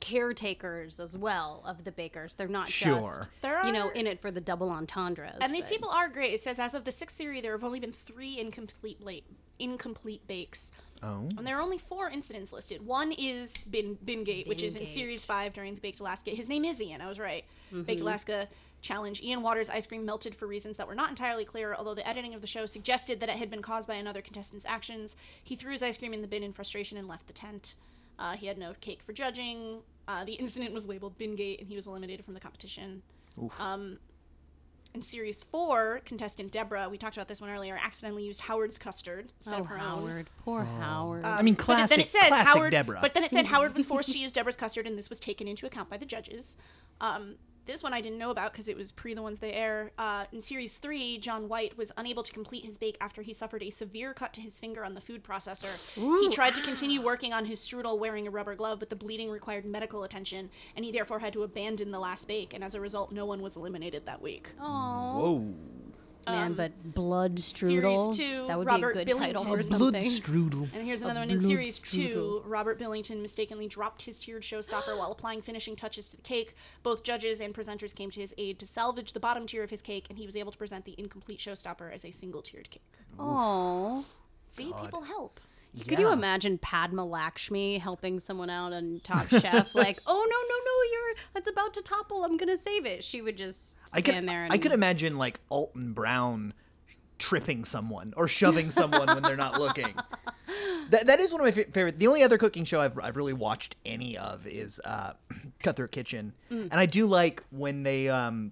S5: caretakers as well of the bakers. They're not
S3: Sure.
S5: just
S8: There
S5: you know
S8: are-
S5: in it for the double entendres.
S8: And these
S5: but-
S8: people are great. It says as of the sixth theory, there have only been three incomplete late, incomplete bakes,
S3: Oh.
S8: and there are only four incidents listed. One is Bin Bingate, which is in series five during the Baked Alaska. His name is Ian. I was right.
S5: Mm-hmm.
S8: Baked Alaska challenge. Ian Waters' ice cream melted for reasons that were not entirely clear, although the editing of the show suggested that it had been caused by another contestant's actions. He threw his ice cream in the bin in frustration and left the tent. Uh, he had no cake for judging. Uh, the incident was labeled Bingate, and he was eliminated from the competition. Um, In series four, contestant Deborah, we talked about this one earlier, accidentally used Howard's custard instead
S5: Oh,
S8: of her own.
S5: Howard, poor
S3: Oh.
S5: Howard.
S3: I mean,
S8: But it-
S3: classic,
S8: then it says
S3: classic
S8: Howard.
S3: Deborah.
S8: But then it said Howard was forced to use Deborah's custard, and this was taken into account by the judges. Um, this one I didn't know about because it was pre the ones they air. Uh, in series three, John White was unable to complete his bake after he suffered a severe cut to his finger on the food processor. he tried to continue working on his strudel wearing a rubber glove, but the bleeding required medical attention, and he therefore had to abandon the last bake. And as a result, no one was eliminated that week.
S1: Whoa.
S5: Man, but blood strudel.
S8: Um, two,
S5: that would
S8: Robert
S5: be a good title
S8: Billington.
S5: for
S3: Blood
S5: something.
S3: strudel.
S8: And here's another one in series two. Robert Billington mistakenly dropped his tiered showstopper while applying finishing touches to the cake. Both judges and presenters came to his aid to salvage the bottom tier of his cake, and he was able to present the incomplete showstopper as a single tiered cake.
S5: Oh.
S8: See, people help.
S5: Could you imagine Padma Lakshmi helping someone out on Top Chef? like, oh no, no, no, you're it's about to topple. I'm gonna save it. She would just
S3: I
S5: stand
S3: could,
S5: there. And
S3: I could imagine like Alton Brown tripping someone or shoving someone when they're not looking. That, that is one of my fa- favorite. The only other cooking show I've, I've really watched any of is uh, Cutthroat Kitchen,
S8: Mm.
S3: and I do like when they um,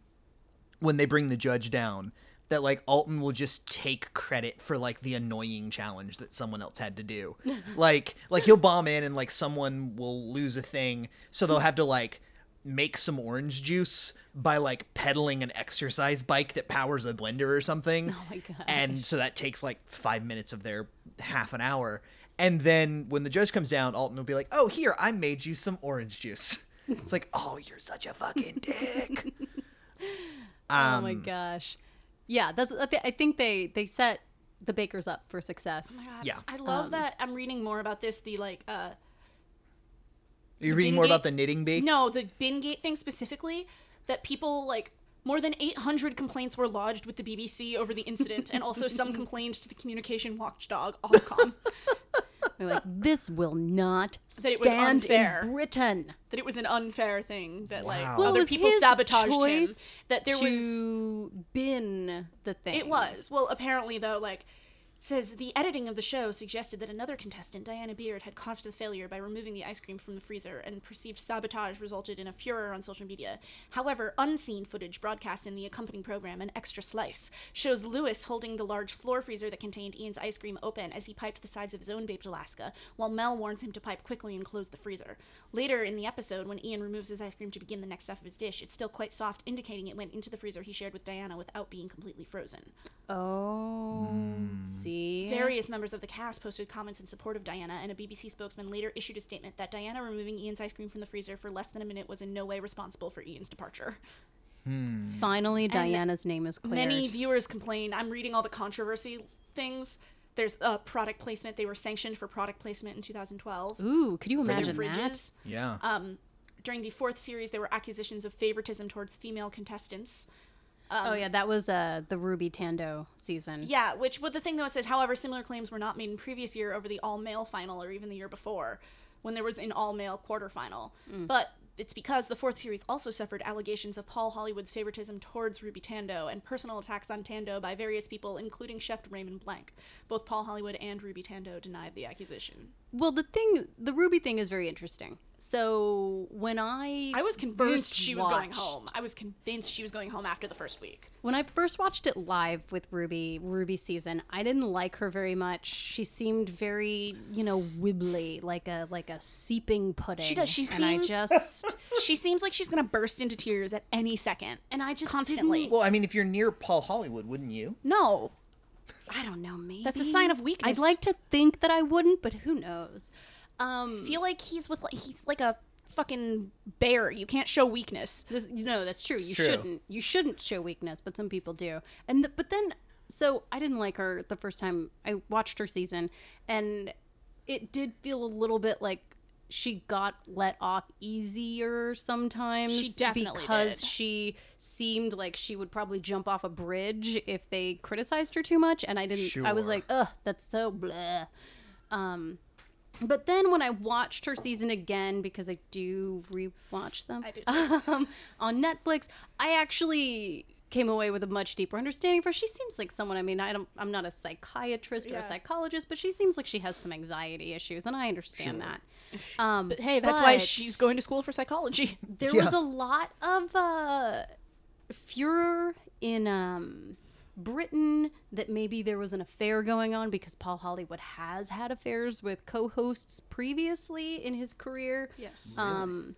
S3: when they bring the judge down. That like Alton will just take credit for like the annoying challenge that someone else had to do, like like he'll bomb in and like someone will lose a thing, so they'll have to like make some orange juice by like pedaling an exercise bike that powers a blender or something. Oh
S5: my gosh.
S3: And so that takes like five minutes of their half an hour. And then when the judge comes down, Alton will be like, "Oh, here I made you some orange juice." It's like, "Oh, you're such a fucking dick."
S5: oh my gosh, yeah. That's I thi- I think they they set the bakers up for success.
S8: God,
S3: Yeah.
S8: I love that. I'm reading more about this. The like, uh,
S3: Are you reading more
S8: Bingate-
S3: about the knitting bee?
S8: no, the bin gate thing specifically. That people like more than 800 complaints were lodged with the BBC over the incident, and also some complained to the communication watchdog Ofcom.
S5: They're like, this will not
S8: That it was
S5: stand
S8: unfair.
S5: in Britain.
S8: that it was an unfair thing that like
S3: Wow.
S5: Well, it
S8: other
S5: was
S8: people
S5: his
S8: sabotaged him
S5: choice
S8: that there was
S5: to bin the thing.
S8: it was well apparently though like it says the editing of the show suggested that another contestant diana beard had caused the failure by removing the ice cream from the freezer and perceived sabotage resulted in a furor on social media however unseen footage broadcast in the accompanying program an extra slice shows lewis holding the large floor freezer that contained ian's ice cream open as he piped the sides of his own baked alaska while mel warns him to pipe quickly and close the freezer later in the episode when ian removes his ice cream to begin the next half of his dish it's still quite soft indicating it went into the freezer he shared with diana without being completely frozen
S5: Oh, see,
S8: Various members of the cast posted comments in support of Diana, and a BBC spokesman later issued a statement that Diana removing Ian's ice cream from the freezer for less than a minute was in no way responsible for Ian's departure.
S5: finally Diana's name is cleared.
S8: Many viewers complained. I'm reading all the controversy things. There's uh, product placement. They were sanctioned for product placement in 2012.
S5: Ooh, could you
S8: for
S5: imagine
S8: their
S5: that?
S8: fridges.
S3: Yeah.
S8: Um, during the fourth series, there were accusations of favoritism towards female contestants.
S5: oh yeah, that was uh the Ruby Tando season.
S8: Um, Yeah, which but the thing though is that however similar claims were not made in previous year over the all male final or even the year before, when there was an all male quarterfinal.
S5: Mm.
S8: But it's because the fourth series also suffered allegations of Paul Hollywood's favoritism towards Ruby Tando and personal attacks on Tando by various people, including chef Raymond Blank. Both Paul Hollywood and Ruby Tando denied the accusation.
S5: Well, the thing, the Ruby thing is very interesting. So when I
S8: I was convinced
S5: first
S8: she was going
S5: watched-
S8: home. I was convinced she was going home after the first week.
S5: When I first watched it live with Ruby, Ruby season, I didn't like her very much. She seemed very, you know, wibbly, like a like a seeping pudding.
S8: She does. She
S5: and I
S8: seems-
S5: just
S8: she seems like she's gonna burst into tears at any second.
S5: and I just
S8: Constantly.
S5: didn't-
S3: Well, I mean, if you're near Paul Hollywood, wouldn't you?
S8: No,
S5: I don't know. Maybe
S8: That's a sign of weakness.
S5: I'd like to think that I wouldn't, but who knows? Um,
S8: feel like he's with like, he's like a fucking bear. You can't show weakness.
S5: This, you know that's true. You
S3: true.
S5: shouldn't. You shouldn't show weakness, but some people do. And the, but then, so I didn't like her the first time I watched her season, and it did feel a little bit like she got let off easier sometimes.
S8: She definitely
S5: because
S8: did.
S5: she seemed like she would probably jump off a bridge if they criticized her too much, and I didn't. I was
S3: Sure.
S5: like, ugh, that's so blah. Um. But then when I watched her season again, because I do rewatch them
S8: do
S5: um, on Netflix, I actually came away with a much deeper understanding for her. She seems like someone. I mean, I don't. I'm not a psychiatrist or a psychologist, but she seems like she has some anxiety issues, and I understand that. Um, but
S8: Hey, that's why
S5: but
S8: she's going to school for psychology.
S5: There was a lot of uh, furor in. Um, Britain that maybe there was an affair going on because Paul Hollywood has had affairs with co-hosts previously in his career.
S8: Yes.
S5: Um,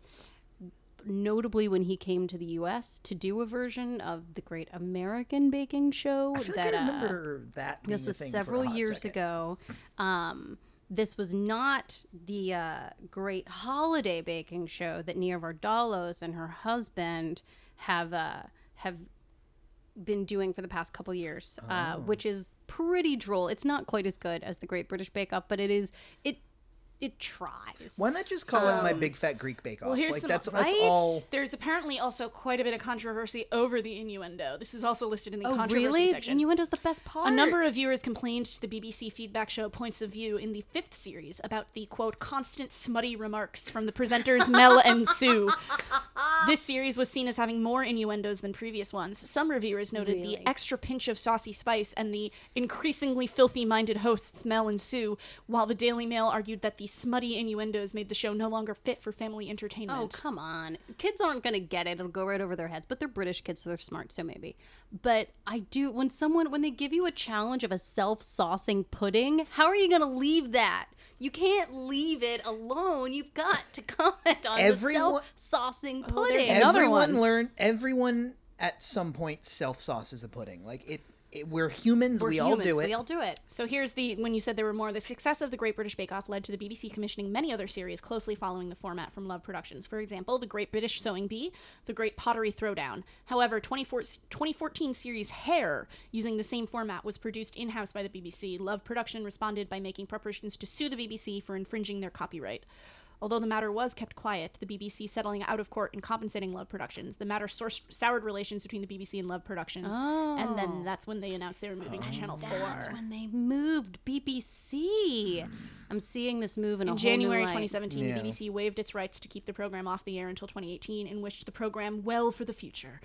S5: notably when he came to the U.S. to do a version of the Great American Baking Show.
S3: I feel
S5: that
S3: like I
S5: uh,
S3: remember that. Being
S5: this
S3: a
S5: was
S3: thing for a
S5: several
S3: hot
S5: years
S3: second.
S5: ago. Um, this was not the uh, Great Holiday Baking Show that Nia Vardalos and her husband have uh, have been doing for the past couple years,
S3: Oh.
S5: uh, which is pretty droll. It's not quite as good as the Great British Bake Off, but it is it it tries.
S3: Why not just call it my big fat Greek bake off?
S8: here's
S3: like
S8: some-
S3: that's that's
S5: right?
S3: all.
S8: There's apparently also quite a bit of controversy over the innuendo. This is also listed in the
S5: Oh,
S8: controversy
S5: really? The
S8: section.
S5: innuendo's the best part.
S8: a number of viewers complained to the BBC feedback show Points of View in the fifth series about the quote constant smutty remarks from the presenters Mel and Sue. This series was seen as having more innuendos than previous ones. Some reviewers noted
S5: Really?
S8: the extra pinch of saucy spice and the increasingly filthy minded hosts Mel and Sue, while the Daily Mail argued that the smutty innuendos made the show no longer fit for family
S5: Oh,
S8: entertainment.
S5: come on. Kids aren't going to get it. It'll go right over their heads. But they're British kids, so they're smart, so maybe. But I do, when someone, when they give you a challenge of a self saucing pudding, how are you going to leave that? You can't leave it alone. You've got to comment on
S3: Everyone-
S5: the self saucing
S8: Oh, there's
S5: pudding.
S8: another
S3: everyone
S8: one.
S3: learn. Everyone at some point self sauces a pudding. Like it. it we're humans.
S5: We're
S3: we all
S5: humans.
S3: do it.
S5: We all do it.
S8: So here's the when you said there were more. The success of the Great British Bake Off led to the BBC commissioning many other series closely following the format from Love Productions. For example, The Great British Sewing Bee, The Great Pottery Throwdown. However, 24 2014 series Hair, using the same format, was produced in house by the BBC. Love Production responded by making preparations to sue the BBC for infringing their copyright. Although the matter was kept quiet, the BBC settling out of court and compensating Love Productions. The matter sourced, soured relations between the BBC and Love Productions, and then that's when they announced they were moving to Channel Four.
S5: Oh. That's when they moved BBC. I'm seeing this move in a whole
S8: In
S5: new
S8: January
S5: light.
S8: 2017,
S3: Yeah.
S8: the BBC waived its rights to keep the program off the air until 2018, in which the program well for the future.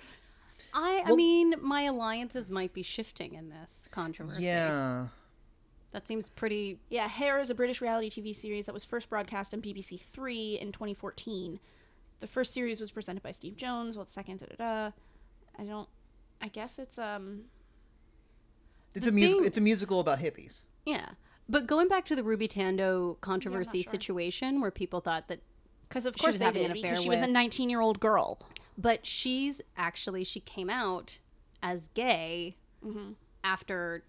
S5: I, I mean, my alliances might be shifting in this controversy.
S3: Yeah.
S5: That seems pretty
S8: Yeah, Hair is a British reality TV series that was first broadcast on BBC Three in 2014. The first series was presented by Steve Jones, while the second, da da da. I don't. I guess it's um.
S3: It's a musical.
S5: thing-
S3: It's a musical about hippies.
S5: Yeah. But going back to the Ruby Tando controversy
S8: sure.
S5: situation where people thought that
S8: Because of
S5: She
S8: course
S5: was
S8: they
S5: having an
S8: did
S5: affair
S8: because she was a
S5: with-
S8: 19 year old girl.
S5: but she's actually she came out as gay after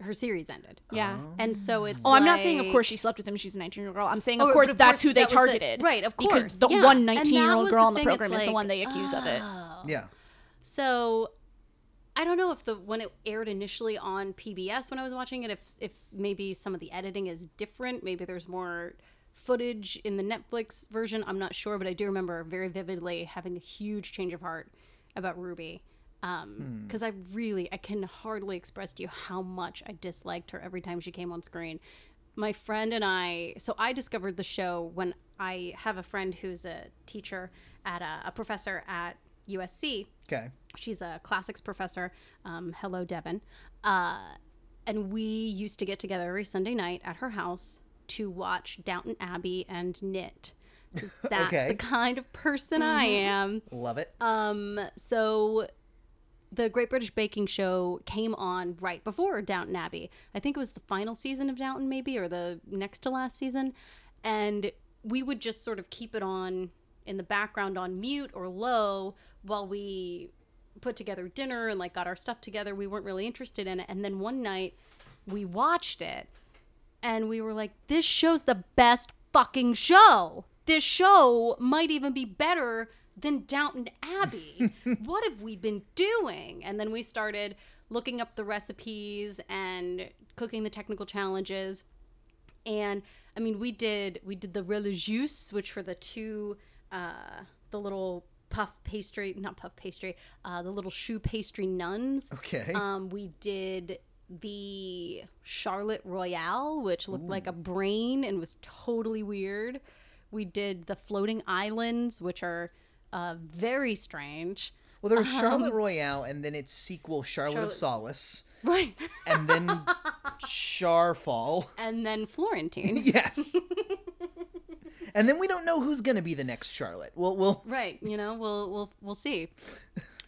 S5: her series ended.
S8: Mm-hmm. Yeah.
S5: And so it's
S8: Oh, I'm not saying, of
S5: like-
S8: course, she slept with him. She's a 19 year old girl. I'm saying,
S5: Oh,
S8: of
S5: but
S8: course, that's who they
S5: that was the-
S8: targeted.
S5: right, of course.
S8: Because the
S5: yeah.
S8: one
S5: And that
S8: 19 year old
S5: was
S8: girl on the
S5: thing, it's
S8: program is the
S5: like, ah.
S8: one they accuse of it.
S5: Oh.
S3: Yeah.
S5: So I don't know if the when it aired initially on PBS when I was watching it, if if maybe some of the editing is different, maybe there's more footage in the Netflix version. I'm not sure, but I do remember very vividly having a huge change of heart about Ruby. Because I really, I can hardly express to you how much I disliked her every time she came on screen. My friend and I, so I discovered the show when I have a friend who's a teacher at a, a professor at USC
S3: Okay.
S5: she's a classics professor. Um, hello, Devin. Uh, and we used to get together every Sunday night at her house to watch Downton Abbey and knit. 'Cause That's
S3: Okay.
S5: the kind of person I am.
S3: Love it.
S5: Um, so the Great British Baking Show came on right before Downton Abbey. I think it was the final season of Downton, maybe, or the next to last season. And we would just sort of keep it on in the background on mute or low while we put together dinner and like got our stuff together. We weren't really interested in it. And then one night we watched it and we were like, this show's the best fucking show. This show might even be better than Downton Abbey. what have we been doing? And then we started looking up the recipes and cooking the technical challenges and I mean we did we did the religieux, which were the two uh, the little puff pastry, not puff pastry, uh, the little shoe pastry nuns.
S3: Okay.
S5: Um, we did the Charlotte Royale, which looked like a brain and was totally weird. We did the floating islands, which are uh, very strange.
S3: Well, there was
S5: um,
S3: Charlotte Royale, and then its sequel, Charlotte, of Solace,
S5: Right.
S3: and then Charfall.
S5: and then Florentine.
S3: Yes. and then we don't know who's going to be the next Charlotte. Well, we'll
S5: right you know we'll we'll we'll see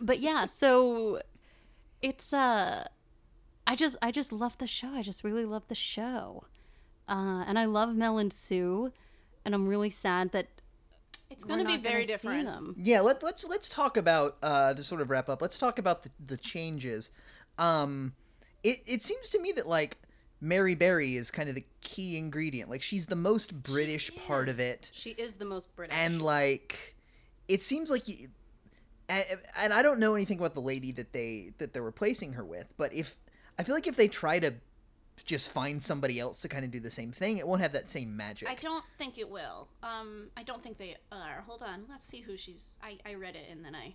S5: but yeah so it's uh i just i just love the show i just really love the show uh and i love mel and sue and i'm really sad that
S8: It's
S5: we're
S8: going to be
S5: not
S8: very
S5: see
S8: different.
S5: them.
S3: yeah. Let, let's let's talk about uh, to sort of wrap up. Let's talk about the, the changes. Um, it it seems to me that like Mary Berry is kind of the key ingredient. Like she's the most British part of it.
S5: she is the most british
S3: and like it seems like you and, and i don't know anything about the lady that they that they're replacing her with but if i feel like if they try to just find somebody else to kind of do the same thing it won't have that same magic
S8: I don't think it will. Um, I don't think they are. Hold on. Let's see who she's. I, I read it and then I.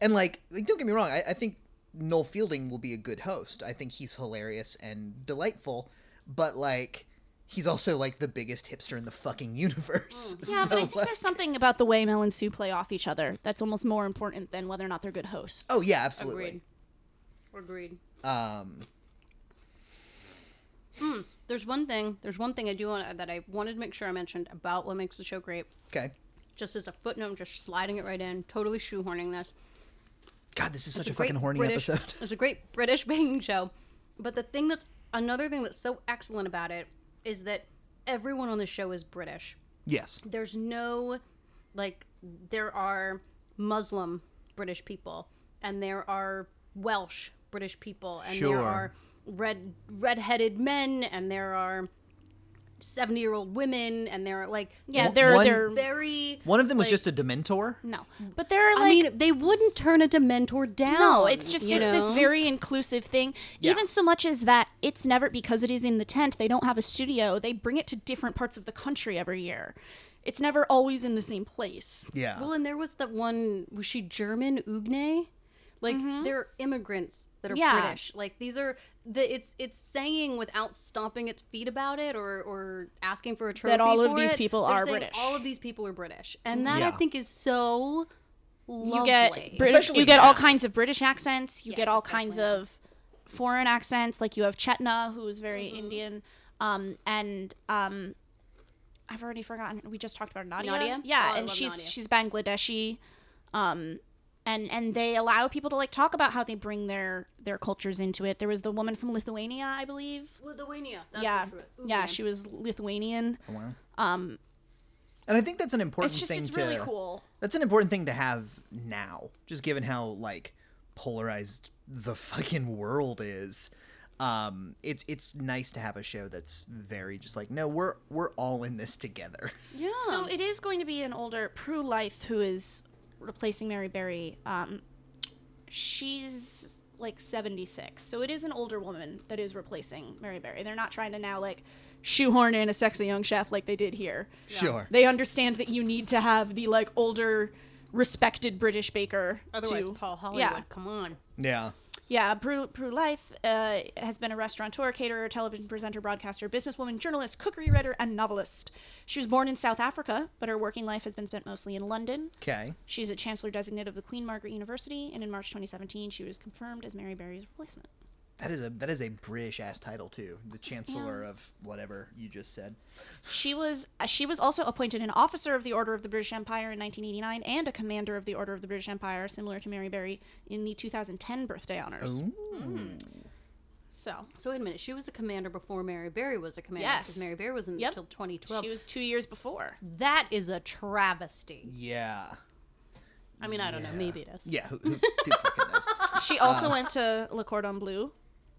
S3: and like, like don't get me wrong I, I think noel fielding will be a good host i think he's hilarious and delightful but like he's also like the biggest hipster in the fucking universe
S8: Mm, Yeah,
S3: so
S8: but I think
S3: like,
S8: there's something about the way Mel and Sue play off each other that's almost more important than whether or not they're good hosts.
S3: oh yeah absolutely
S5: agreed agreed
S3: um
S5: there's one thing there's one thing i do want that i wanted to make sure i mentioned about what makes the show great
S3: okay
S5: just as a footnote i'm just sliding it right in totally shoehorning this
S3: god this is such a,
S5: It's
S3: fucking
S5: great
S3: horny
S5: British-
S3: episode
S5: It's a great British baking show. But the thing that's another thing that's so excellent about it is that everyone on the show is British.
S3: yes
S5: There's no like there are Muslim British people and there are Welsh British people and
S7: Sure.
S5: there are red red-headed men and there are 70-year-old women and there are like
S8: Yeah,
S5: there's
S8: they're
S3: one-
S8: they're
S5: very
S3: one of them was
S5: like-
S3: just a dementor
S8: no, but they're like
S5: I mean they wouldn't turn a dementor down.
S8: No, it's just
S5: you
S8: it's this
S5: know?
S8: very inclusive thing. Even so much as that it's never because it is in the tent. They don't have a studio. They bring it to different parts of the country every year. It's never always in the same place.
S3: yeah
S5: Well, and there was that one. Was she German? Ugne? Like they're immigrants that are
S8: Mm-hmm. Yeah.
S5: British. Like these are the it's it's saying without stomping its feet about it or or asking for a trophy
S8: all of
S5: for
S8: these
S5: it,
S8: people
S5: they're
S8: are
S5: saying
S8: British.
S5: All of these people are British, and that I
S3: Yeah.
S5: think is so lovely.
S8: You get British.
S3: Especially
S8: you get all
S3: now.
S8: kinds of British accents. You
S5: Yes,
S8: get all
S5: especially
S8: kinds
S5: now.
S8: of foreign accents. Like you have Chetna, who is very
S5: Mm-hmm.
S8: Indian, um, and um, I've already forgotten. We just talked about Nadia.
S5: Nadia?
S8: Yeah,
S5: Oh, I
S8: and
S5: love
S8: she's
S5: Nadia.
S8: she's Bangladeshi. Um, and and they allow people to like talk about how they bring their their cultures into it. There was the woman from Lithuania, I believe.
S5: Lithuania. That's
S8: yeah,
S5: what she was.
S8: yeah,
S5: Ugne.
S8: she was Lithuanian.
S3: And I think that's an important
S8: It's just
S3: thing
S8: it's
S3: to
S8: really cool.
S3: That's an important thing to have now, just given how like polarized the fucking world is. Um, it's it's nice to have a show that's very just like no, we're we're all in this together.
S8: So it is going to be an older Prue Life who is replacing Mary Berry. Um, she's like 76. So it is an older woman that is replacing Mary Berry. They're not trying to now like shoehorn in a sexy young chef like they did here.
S3: Sure.
S8: They understand that you need to have the like older respected British baker
S5: Otherwise,
S8: to
S5: Paul Hollywood,
S8: Yeah.
S5: come on.
S3: Yeah.
S8: Yeah, Prue, Prue Life uh, has been a restaurateur, caterer, television presenter, broadcaster, businesswoman, journalist, cookery writer, and novelist. She was born in South Africa, but her working life has been spent mostly in London.
S3: Okay.
S8: She's a chancellor designate of the Queen Margaret University, and in March 2017, she was confirmed as Mary Berry's replacement.
S3: That is a that is a British ass title too. The Chancellor of whatever you just said.
S8: She was uh, she was also appointed an officer of the Order of the British Empire in 1989 and a commander of the Order of the British Empire, similar to Mary Berry, in the 2010 birthday honors. Hmm. So
S5: So wait a minute. She was a commander before Mary Berry was a commander.
S8: Yes.
S5: Because Mary Berry wasn't
S8: Yep.
S5: until 2012.
S8: she was two years before.
S5: that is a travesty.
S3: Yeah.
S5: I mean, I don't know. Maybe it is.
S3: Yeah. Who, who dude fucking knows?
S8: She also went to Le Cordon Bleu.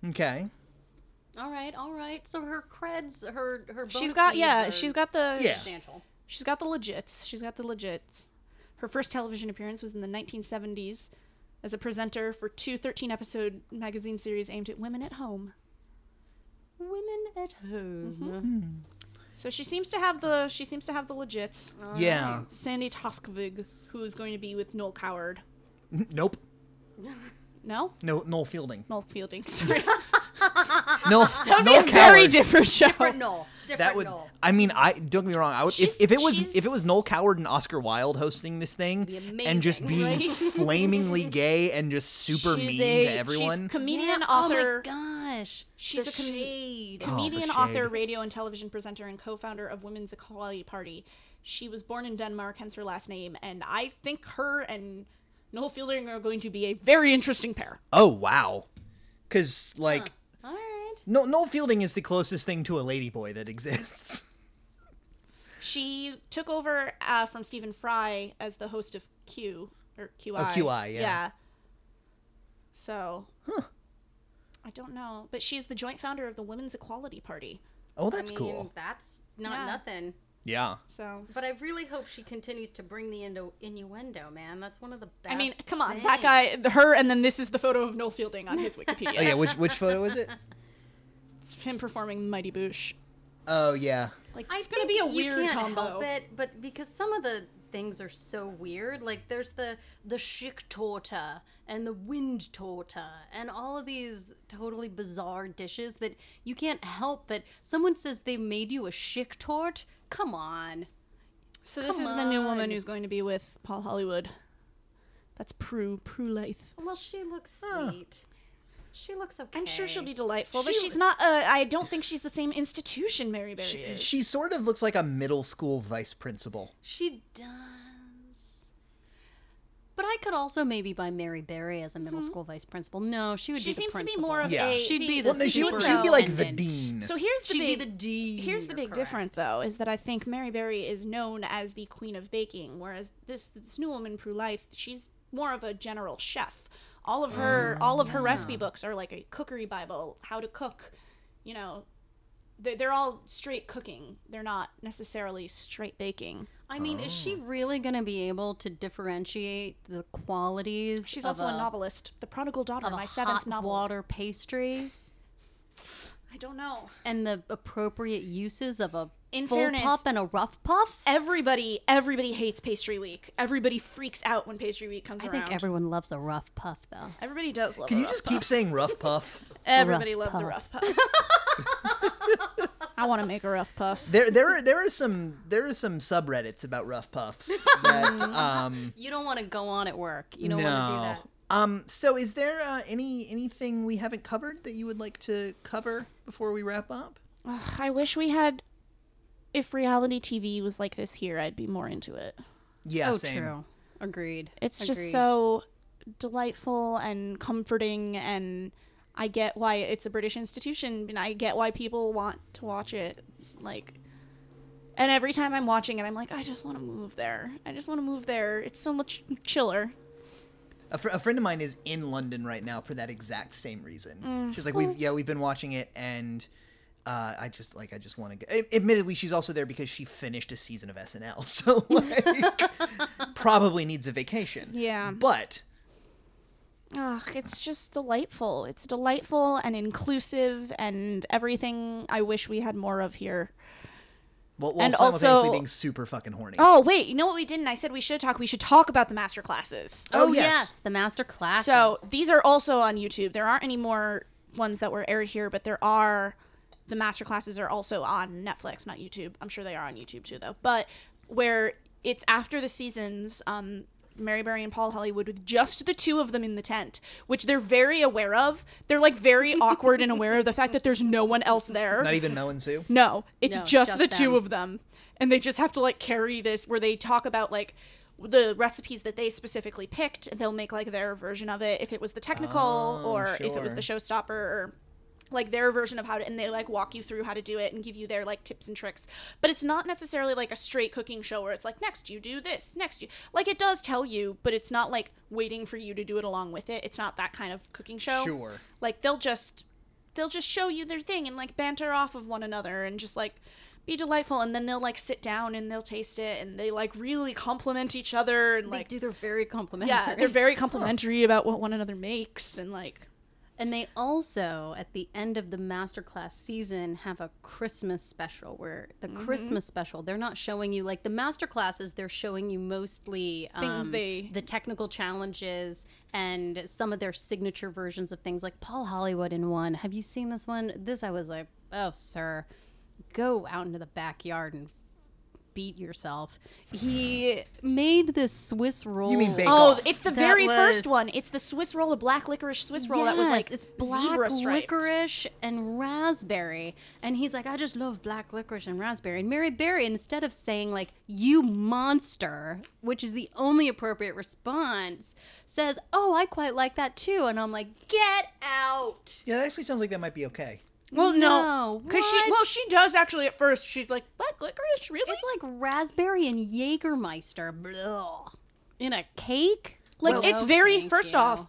S3: Okay.
S5: All right, all right. So her creds, her her.
S8: She's got yeah, she's got the
S3: Yeah.
S5: substantial.
S8: she's got the legits. She's got the legits. Her first television appearance was in the 1970s as a presenter for two 13 episode magazine series aimed at women at home.
S5: Women at home.
S8: So she seems to have the she seems to have the legits.
S3: yeah.
S8: Sandy Toskvig, who is going to be with Noel Coward.
S3: Nope.
S8: No?
S3: No. Noel Fielding.
S8: Noel Fielding. Sorry.
S3: No. Noel
S8: Very
S3: Coward.
S8: different show.
S5: Different Knoll. Different
S3: That would.
S5: Knoll.
S3: I mean, I don't get me wrong. I would
S8: She's-
S3: if, if it was
S8: she's-
S3: if it was Noel Coward and Oscar Wilde hosting this thing and just
S5: amazing,
S3: being flamingly gay and just super mean to everyone.
S8: She's comedian,
S5: Yeah,
S8: author,
S5: Oh my gosh.
S8: She's
S5: The
S8: a com-
S5: shade.
S3: shade.
S8: comedian, author, radio and television presenter, and co-founder of Women's Equality Party. She was born in Denmark, hence her last name. And I think her and Noel Fielding are going to be a very interesting pair.
S3: oh wow. Because like
S5: All right.
S3: no Noel Fielding is the closest thing to a ladyboy that exists.
S8: She took over uh, from Stephen Fry as the host of Q or QI.
S3: QI, yeah.
S8: So. I don't know, but she's the joint founder of the Women's Equality Party.
S3: Oh, that's
S5: I mean,
S3: cool.
S5: That's not
S8: Yeah.
S5: nothing.
S3: Yeah.
S8: So
S5: But I really hope she continues to bring the indo- innuendo, man. That's one of the best.
S8: I mean, come on, that guy, her, and then this is the photo of Noel Fielding on his Wikipedia.
S3: Oh yeah. Which which photo is it?
S8: It's him performing Mighty Boosh.
S3: Oh yeah.
S8: Like
S5: I
S8: it's gonna be a
S5: think
S8: weird
S5: you can't
S8: combo.
S5: help it, but because some of the things are so weird, like there's the the schick torta and the wind torta and all of these totally bizarre dishes that you can't help but someone says they made you a schick tort. Come on.
S8: So this is the new woman who's going to be with Paul Hollywood. That's Prue Prue Leith.
S5: Well, she looks sweet. She looks okay.
S8: I'm sure she'll be delightful, but she's not. Uh, I don't think she's the same institution Mary Berry
S3: She,
S8: is.
S3: she sort of looks like a middle school vice principal.
S5: She does. But I could also maybe buy Mary Berry as a middle school vice principal. No, she would
S8: Hmm? She
S5: be the
S8: seems to be
S5: principal.
S8: more of
S3: Yeah.
S8: a.
S5: She'd be
S3: Well,
S5: the
S3: no, she would she'd be like the
S5: superintendent.
S3: dean.
S8: So here's the
S5: She'd
S8: big,
S5: be the dean.
S8: Here's the
S5: you're
S8: big
S5: correct.
S8: difference, though, is that I think Mary Berry is known as the queen of baking, whereas this this new woman, Prue Life, she's more of a general chef. All of her all of her recipe books are like a cookery bible, how to cook. You know, they're, they're all straight cooking. They're not necessarily straight baking.
S5: I mean, is she really going to be able to differentiate the qualities?
S8: She's
S5: of
S8: also a,
S5: a,
S8: novelist, the prodigal daughter,
S5: of a
S8: my seventh
S5: hot
S8: novel.
S5: water pastry
S8: I don't know.
S5: and the appropriate uses of a
S8: In
S5: full
S8: fairness-
S5: puff and a rough puff.
S8: Everybody, everybody hates Pastry Week. Everybody freaks out when Pastry Week comes
S5: I
S8: around.
S5: think everyone loves a rough puff, though.
S8: everybody does love.
S3: Can
S8: a
S3: you
S8: rough
S3: just
S8: puff.
S3: keep saying rough puff?
S8: Everybody
S5: rough
S8: loves a rough puff. I want to make a rough puff.
S3: There, there, are, there are some, there are some subreddits about rough puffs. That, um,
S5: You don't want to go on at work. You don't want to do
S3: no.
S5: that.
S3: Um, so is there uh, any anything we haven't covered that you would like to cover before we wrap up?
S8: I wish we had. If reality TV was like this here, I'd be more into it.
S3: Yeah,
S5: oh,
S3: same.
S5: true. Agreed.
S8: It's just
S5: Agreed.
S8: so delightful and comforting, and I get why it's a British institution, and I get why people want to watch it. Like, and every time I'm watching it, I'm like, I just want to move there. I just want to move there. It's so much chiller.
S3: A, fr- a friend of mine is in London right now for that exact same reason.
S5: Mm.
S3: She's like, we've yeah, we've been watching it, and uh, I just like I just want to. go. A- Admittedly, she's also there because she finished a season of SNL, so like, probably needs a vacation.
S8: Yeah.
S3: but
S8: Ugh, it's just delightful. It's delightful and inclusive and everything I wish we had more of here.
S3: While, while
S8: And
S3: simultaneously
S8: also-
S3: being super fucking horny.
S8: Oh, wait, you know what we didn't? I said we should talk. We should talk about the master classes.
S3: Oh,
S5: Oh,
S3: yes.
S5: yes. the master class.
S8: So these are also on YouTube. There aren't any more ones that were aired here, but there are the master classes are also on Netflix, not YouTube. I'm sure they are on YouTube too, though. But where it's after the seasons, um, Mary Berry and Paul Hollywood with just the two of them in the tent, which they're very aware of. They're like very awkward and aware of the fact that there's no one else there.
S3: Not even Mel and Sue.
S8: No, it's
S5: No, it's
S8: just,
S5: just
S8: the
S5: them.
S8: two of them. And they just have to like carry this where they talk about like the recipes that they specifically picked. and They'll make like their version of it if it was the technical or if it was
S3: Oh, sure.
S8: the showstopper or like their version of how to and they like walk you through how to do it and give you their like tips and tricks. But it's not necessarily like a straight cooking show where it's like next you do this, next you. Like it does tell you, but it's not like waiting for you to do it along with it. It's not that kind of cooking show
S3: Sure.
S8: like they'll just they'll just show you their thing and like banter off of one another and just like be delightful and then they'll like sit down and they'll taste it and they like really compliment each other and
S5: they
S8: like
S5: do. They're very complimentary.
S8: yeah they're very complimentary about what one another makes and like
S5: And they also, at the end of the masterclass season, have a Christmas special where the Christmas special, they're not showing you like the masterclasses, they're showing you mostly um,
S8: they-
S5: the technical challenges and some of their signature versions of things like Paul Hollywood in one. Have you seen this one? This I was like, oh, sir, go out into the backyard and beat yourself. He made this Swiss roll.
S3: You mean bake
S8: oh
S3: off.
S8: it's the
S5: That
S8: very first
S5: was-
S8: one it's the swiss roll of black licorice swiss roll that was like
S5: it's black
S8: zebra striped.
S5: licorice and raspberry. And he's like, I just love black licorice and raspberry. And Mary Berry, instead of saying like "you monster," which is the only appropriate response, says, "Oh, I quite like that too." And I'm like, "Get out!"
S3: Yeah, that actually sounds like that might be okay.
S8: well no
S5: No,
S8: because she
S5: what?
S8: well she does actually at first she's like black licorice really
S5: It's like raspberry and Jägermeister blah, in a cake.
S8: Like
S5: Well-
S8: it's
S5: No,
S8: very
S5: Oh, thank
S8: first
S5: you.
S8: off.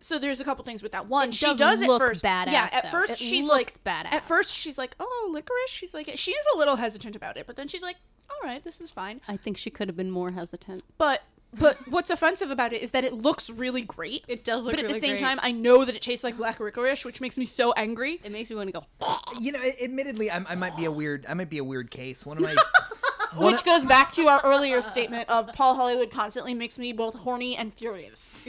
S8: So there's a couple things with that. One,
S5: It
S8: she
S5: does
S8: does
S5: look
S8: at first.
S5: badass,
S8: yeah, at
S5: though.
S8: first
S5: It
S8: she's
S5: looks
S8: like
S5: badass.
S8: At first she's like, "Oh, licorice." She's like, she is a little hesitant about it, but then she's like, "All right, this is fine."
S5: I think she could have been more hesitant.
S8: But but what's offensive about it is that it looks really great.
S5: It does look
S8: But at the
S5: really
S8: same
S5: great.
S8: time, I know that it tastes like black licorice, which makes me so angry.
S5: It makes me want to go.
S3: You know, a- admittedly, I'm, I might be a weird. I might be a weird case. One of my.
S8: Which goes back to our earlier statement of Paul Hollywood constantly makes me both horny and furious.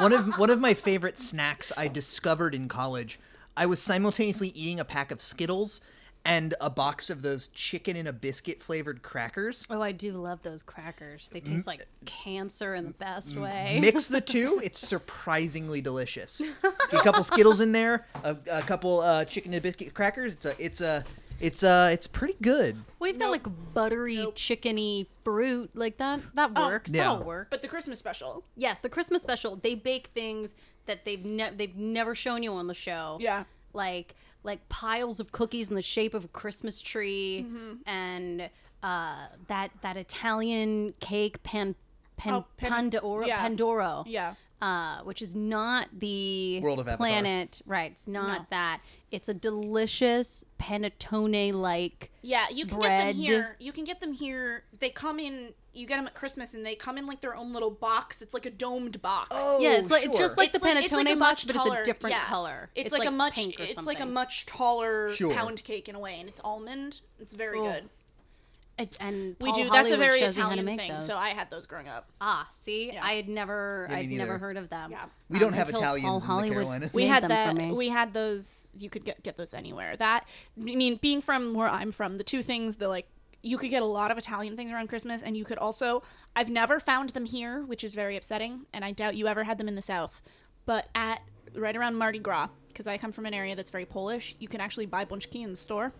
S3: one of one of my favorite snacks I discovered in college. I was simultaneously eating a pack of Skittles and a box of those chicken and a biscuit flavored crackers.
S5: Oh, I do love those crackers. They taste like cancer in the best way.
S3: Mix the two; it's surprisingly delicious. Get a couple Skittles in there, a, a couple uh, chicken and biscuit crackers. It's a, it's a, it's a, it's pretty good.
S5: We've got like buttery, chickeny fruit like that. That works. That
S3: Yeah.
S5: all works.
S8: Oh, But the Christmas special.
S5: yes, the Christmas special, they bake things that they've ne- they've never shown you on the show.
S8: Yeah.
S5: like like piles of cookies in the shape of a Christmas tree,
S8: Mm-hmm.
S5: and uh, that that Italian cake pan pan
S8: Oh, pan-
S5: pandoro
S8: yeah.
S5: pandoro
S8: Yeah.
S5: uh, which is not the
S3: World of Avatar.
S5: planet, right? It's not that. It's a delicious panettone like.
S8: Yeah, you can get
S5: bread.
S8: them here. You can get them here. They come in. You get them at Christmas, and they come in like their own little box. It's like a domed box.
S3: Oh,
S5: yeah, it's like
S3: sure.
S5: just like
S8: It's
S5: the
S8: it's
S5: panettone
S8: a
S5: much, but it's
S8: taller-
S5: a different
S8: yeah.
S5: color.
S8: It's, like, a much.
S5: pink or
S8: It's like a
S5: something.
S8: much taller
S3: Sure.
S8: pound cake in a way, and it's almond. It's very
S5: Oh,
S8: good.
S5: It's, and
S8: We
S5: Paul
S8: do. That's a
S5: Hollywood
S8: very
S5: shows you how to
S8: Italian
S5: make
S8: thing.
S5: those.
S8: So I had those growing up.
S5: ah see, I had never,
S3: me
S5: I'd never
S3: neither.
S5: heard of them.
S8: Yeah.
S3: We don't
S5: Um,
S3: have
S5: until
S3: Italians
S5: Paul
S3: in the
S5: Hollywood
S3: Carolinas.
S5: made
S8: we had
S5: them
S8: that
S5: For me.
S8: we had those you could get, get those anywhere that i mean being from where i'm from the two things the like you could get a lot of italian things around christmas and you could also i've never found them here which is very upsetting and i doubt you ever had them in the south but at right around mardi gras because i come from an area that's very polish you can actually buy bunchki in the store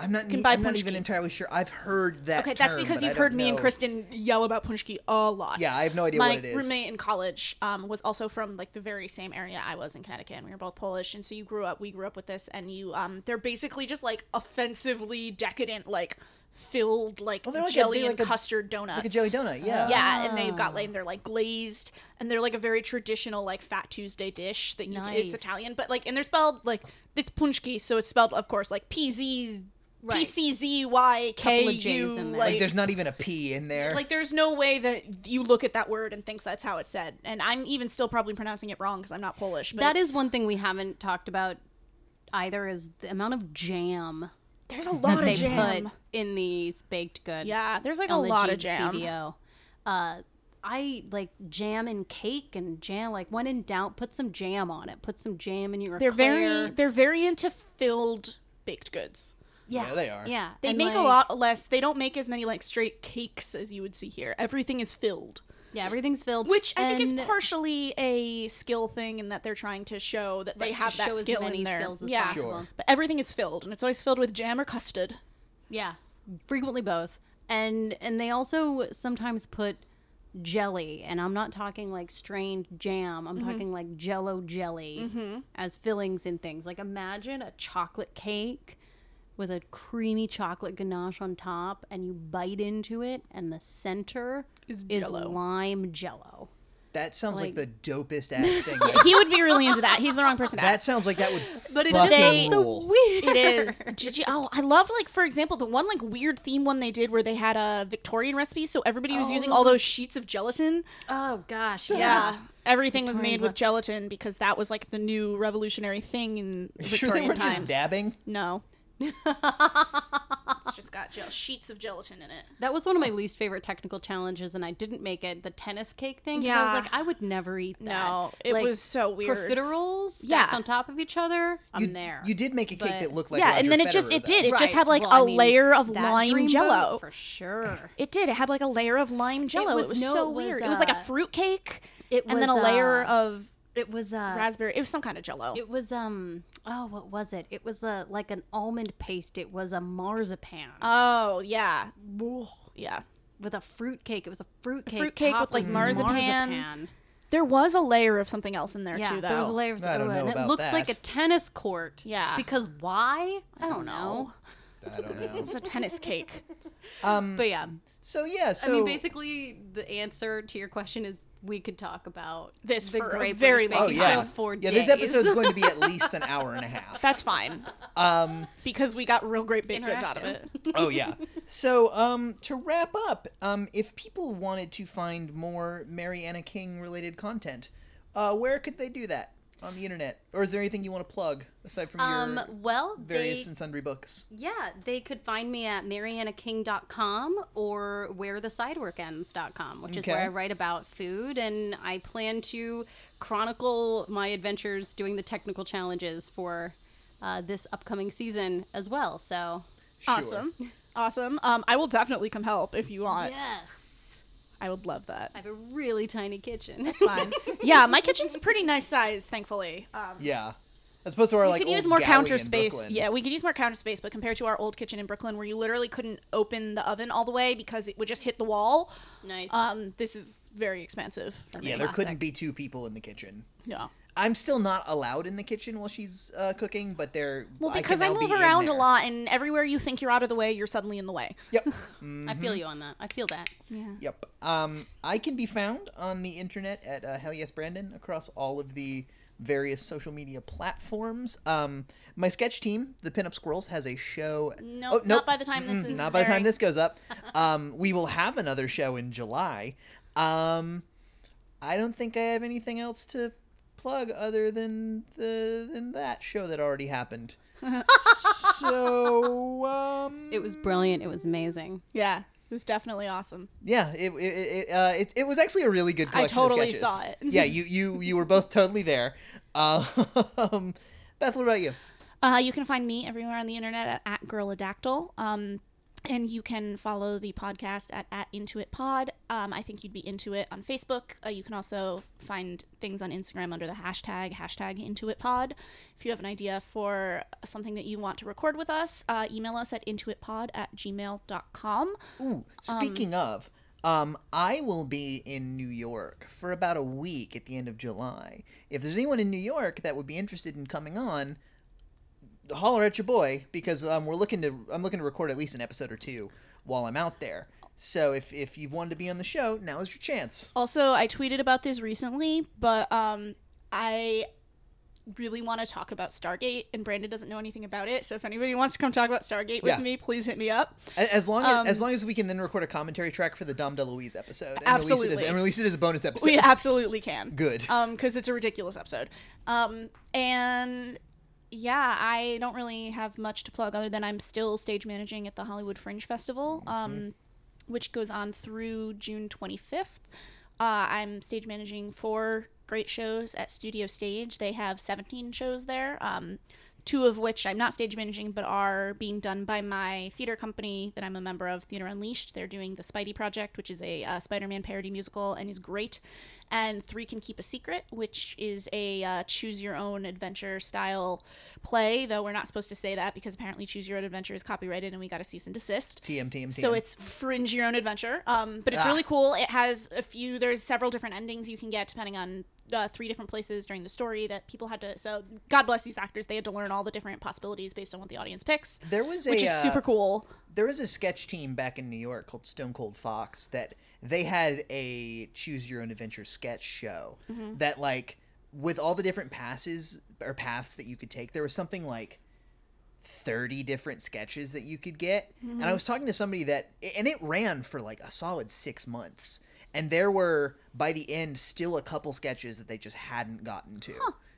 S3: I'm not.
S8: can buy
S3: I'm not
S8: punch
S3: even
S8: key.
S3: entirely sure. I've heard that.
S8: Okay, that's
S3: term,
S8: because
S3: but I
S8: you've heard
S3: don't
S8: me and
S3: know.
S8: Kristen yell about punchki a lot.
S3: Yeah, I have no idea
S8: My
S3: what it is.
S8: roommate in college um, was also from like the very same area I was in Connecticut, and we were both Polish, and so you grew up. We grew up with this, and you um, they're basically just like offensively decadent, like filled like
S3: they're like a-
S8: jelly
S3: they're
S8: and
S3: like a-
S8: custard donuts,
S3: Like a jelly donut. Yeah.
S8: Yeah, and they've
S5: Ah.
S8: got like they're like glazed, and they're like a very traditional like Fat Tuesday dish that you, it's
S5: Nice.
S8: Italian, but like and they're spelled like it's punchki, so it's spelled of course like P Z
S5: Right.
S8: P C Z Y K
S5: Couple of
S8: U.
S5: J's in there.
S8: Like,
S3: Like, there's not even a P in there.
S8: like there's no way that you look at that word and thinks that's how it's said. And I'm even still probably pronouncing it wrong because I'm not Polish. But
S5: That
S8: it's-
S5: is one thing we haven't talked about either is the amount of jam
S8: There's a lot
S5: they
S8: of jam.
S5: put in these baked goods.
S8: Yeah, there's, like, a
S5: on the
S8: lot of jam.
S5: GBBO. Uh, I like jam and cake and jam. Like when in doubt, put some jam on it. Put some jam in your.
S8: They're
S5: eclair.
S8: very they're very into filled baked goods.
S5: yeah,
S3: Yeah, they are.
S5: Yeah,
S8: They
S5: and,
S8: make a
S5: like-
S8: lot less. They don't make as many like straight cakes as you would see here. Everything is filled,
S5: Yeah, everything's filled.
S8: which I think
S5: and-
S8: is partially a skill thing in that they're trying to show that they
S5: Right, to
S8: have that
S5: show as
S8: skill
S5: many
S8: in there.
S5: skills as
S8: yeah,
S5: possible. Sure.
S8: but everything is filled, and it's always filled with jam or custard.
S5: Yeah, frequently both, and and they also sometimes put jelly, and I'm not talking like strained jam. I'm talking like Jello jelly as fillings and things. Like imagine a chocolate cake with a creamy chocolate ganache on top, and you bite into it, and the center is,
S8: Jell-O.
S5: lime Jello.
S3: That sounds like,
S5: Like-
S3: the dopest ass thing.
S8: He would be really into that. He's the wrong person. to
S3: that sounds like that would
S5: But it
S3: fucking
S5: just
S3: rule.
S5: so weird.
S8: It is. Did you? Oh, I love like for example the one like weird theme one they did where they had a Victorian recipe, so everybody was using all those sheets of gelatin.
S5: Oh gosh, yeah.
S8: Yeah, everything was made with gelatin because that was like the new revolutionary thing in
S3: Sure, they
S8: Victorian
S3: were
S8: times.
S3: just dabbing.
S8: No. it's just got gel- sheets of gelatin in it.
S5: That was one of my least favorite technical challenges, and I didn't make it. The tennis cake thing. 'cause I was
S8: Yeah.
S5: like, I would never eat that.
S8: No, it was so weird.
S5: Profiteroles stacked
S8: Yeah.
S5: on top of each other. I'm
S3: you,
S5: there.
S3: You did make a cake
S5: But-
S3: that looked like
S8: yeah,
S3: Roger
S8: and then it just
S3: Federer,
S8: it
S3: though.
S8: did. It just
S5: Right,
S8: had like
S5: well,
S8: a
S5: I mean,
S8: layer of
S5: that
S8: lime
S5: dreamboat
S8: jello.
S5: for sure.
S8: It did. It had like a layer of lime jello. It was,
S5: was- no,
S8: so
S5: it was,
S8: weird. it was like a
S5: uh,
S8: fruit cake.
S5: it
S8: and then a
S5: was,
S8: layer
S5: uh,
S8: of
S5: It was uh,
S8: raspberry. It was some kind of jello.
S5: it was um oh what was it? It was a like an almond paste. It was a marzipan
S8: oh yeah, yeah.
S5: with a fruit cake. It was a fruit cake.
S8: fruit cake with,
S5: topped
S8: like, marzipan.
S5: marzipan.
S8: There was a layer of something else in there
S5: Yeah,
S8: too, though.
S5: there was layers.
S3: I
S5: of
S3: don't know
S5: and it
S3: about
S5: looks like a
S3: that.
S5: tennis court.
S8: Yeah.
S5: Because why? I don't know.
S3: I don't know.
S8: It's a tennis cake. Mm.
S5: But yeah,
S3: So yeah, so
S5: I mean, basically, the answer to your question is we could talk about
S8: This
S5: the
S8: for a
S5: Great
S8: very
S5: British
S8: long
S3: oh
S5: Baking
S3: yeah,
S5: Show for
S3: yeah.
S5: days.
S3: This episode's going to be at least an hour and a half.
S8: That's fine
S3: Um.
S8: because we got real great baked goods out of it.
S5: interactive.
S3: Oh yeah. So um, to wrap up, um, if people wanted to find more Mary Anna King related content, uh, where could they do that on the internet? Or is there anything you want to plug aside from
S5: um,
S3: your
S5: well,
S3: various
S5: they,
S3: and sundry books?
S5: yeah, they could find me at mariannaking.com or wherethesideworkends.com, which is where
S3: Okay.
S5: I write about food, and I plan to chronicle my adventures doing the technical challenges for uh, this upcoming season as well. So
S3: Sure.
S8: Awesome, awesome. Um, I will definitely come help if you want.
S5: yes,
S8: I would love that.
S5: I have a really tiny kitchen.
S8: It's fine. yeah, my kitchen's a pretty nice size, thankfully. Um,
S3: Yeah. As opposed to our
S8: we
S3: like
S8: could use
S3: old
S8: more
S3: galley
S8: counter
S3: in
S8: space.
S3: Brooklyn.
S8: Yeah, we could use more counter space, but compared to our old kitchen in Brooklyn, where you literally couldn't open the oven all the way because it would just hit the wall,
S5: nice.
S8: um, this is very expansive. for me.
S3: Yeah, there couldn't be two people in the kitchen.
S8: No.
S3: I'm still not allowed in the kitchen while she's uh, cooking, but they're
S8: Well,
S3: I can
S8: because I,
S3: now
S8: move
S3: be in
S8: around a
S3: there.
S8: lot, and everywhere you think you're out of the way, you're suddenly in the way.
S3: Yep.
S5: I
S3: Mm-hmm.
S5: feel you on that. I feel that.
S3: Yep. Um, I can be found on the internet at uh, Hell Yes Brandon across all of the various social media platforms. Um, my sketch team, the Pinup Squirrels, has a show.
S8: No,
S3: Oh,
S8: not by the time this is.
S3: not by the
S8: airing.
S3: time this goes up. Um, we will have another show in July. Um, I don't think I have anything else to plug other than the than that show that already happened. so um,
S5: It was brilliant. It was amazing.
S8: Yeah, it was definitely awesome.
S3: Yeah, it it it, uh, it it was actually a really good. Collection of
S8: totally
S3: sketches.
S8: saw it.
S3: yeah, you you you were both totally there. Um, Beth, what about you?
S8: Uh, you can find me everywhere on the internet at, at girladactyl. Um, and you can follow the podcast at, at intuitpod. Um, I think you'd be into it on Facebook. Uh, you can also find things on Instagram under the hashtag, hashtag intuitpod. If you have an idea for something that you want to record with us, uh, email us at intuitpod at gmail.com.
S3: Ooh, speaking of, um, I will be in New York for about a week at the end of July. If there's anyone in New York that would be interested in coming on, holler at your boy because um, we're looking to I'm looking to record at least an episode or two while I'm out there. So if if you've wanted to be on the show, now is your chance.
S8: Also, I tweeted about this recently, but um, I really want to talk about Stargate, and Brandon doesn't know anything about it. So if anybody wants to come talk about Stargate with
S3: Yeah.
S8: me, please hit me up.
S3: A- As long as, as
S8: Um,
S3: long as we can then record a commentary track for the Dom DeLuise episode, and release it
S8: Absolutely.
S3: as, and release it as a bonus episode.
S8: We absolutely can.
S3: Good.
S8: Um, because it's a ridiculous episode. Um, and yeah, I don't really have much to plug other than I'm still stage managing at the Hollywood Fringe Festival, um,
S3: Mm-hmm.
S8: which goes on through June 25th. Uh, I'm stage managing four great shows at Studio Stage. They have 17 shows there. Um, two of which I'm not stage managing, but are being done by my theater company that I'm a member of, Theater Unleashed. They're doing the Spidey Project, which is a uh, Spider-Man parody musical and is great. And Three Can Keep a Secret, which is a uh, choose-your-own-adventure style play, though we're not supposed to say that because apparently choose-your-own-adventure is copyrighted and we got to cease and desist.
S3: TM, TM,
S8: So it's fringe your own adventure. Um, but
S3: Ah.
S8: it's really cool. It has a few. There's several different endings you can get depending on uh, three different places during the story that people had to. So God bless these actors. They had to learn all the different possibilities based on what the audience picks.
S3: There was
S8: which
S3: a,
S8: is
S3: uh,
S8: super cool.
S3: there was a sketch team back in New York called Stone Cold Fox that they had a choose your own adventure sketch show that like with all the different passes or paths that you could take there was something like 30 different sketches that you could get and I was talking to somebody that and it ran for like a solid 6 months and there were by the end still a couple sketches that they just hadn't gotten to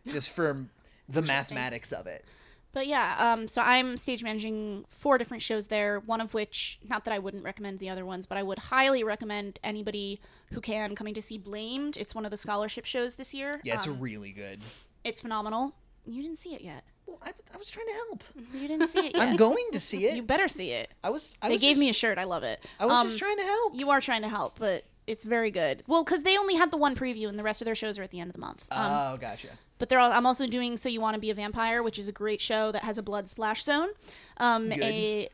S3: just from the mathematics of it
S8: But yeah, um, so I'm stage managing four different shows there. One of which, not that I wouldn't recommend the other ones, but I would highly recommend anybody who can coming to see Blamed. It's one of the scholarship shows this year.
S3: yeah it's
S8: Um,
S3: really good
S8: it's phenomenal. You didn't see it yet.
S3: well I, I was trying to help
S8: You didn't see it yet.
S3: I'm going to see it
S8: You better see it.
S3: I was. I
S8: They
S3: was
S8: gave
S3: just,
S8: me a shirt. I love it.
S3: I was
S8: Um,
S3: just trying to help.
S8: You are trying to help, but it's very good. Well, because they only had the one preview, and the rest of their shows are at the end of the month. Um,
S3: oh, gotcha.
S8: but they're all, I'm also doing "So You Want to Be a Vampire," which is a great show that has a blood splash zone, um, a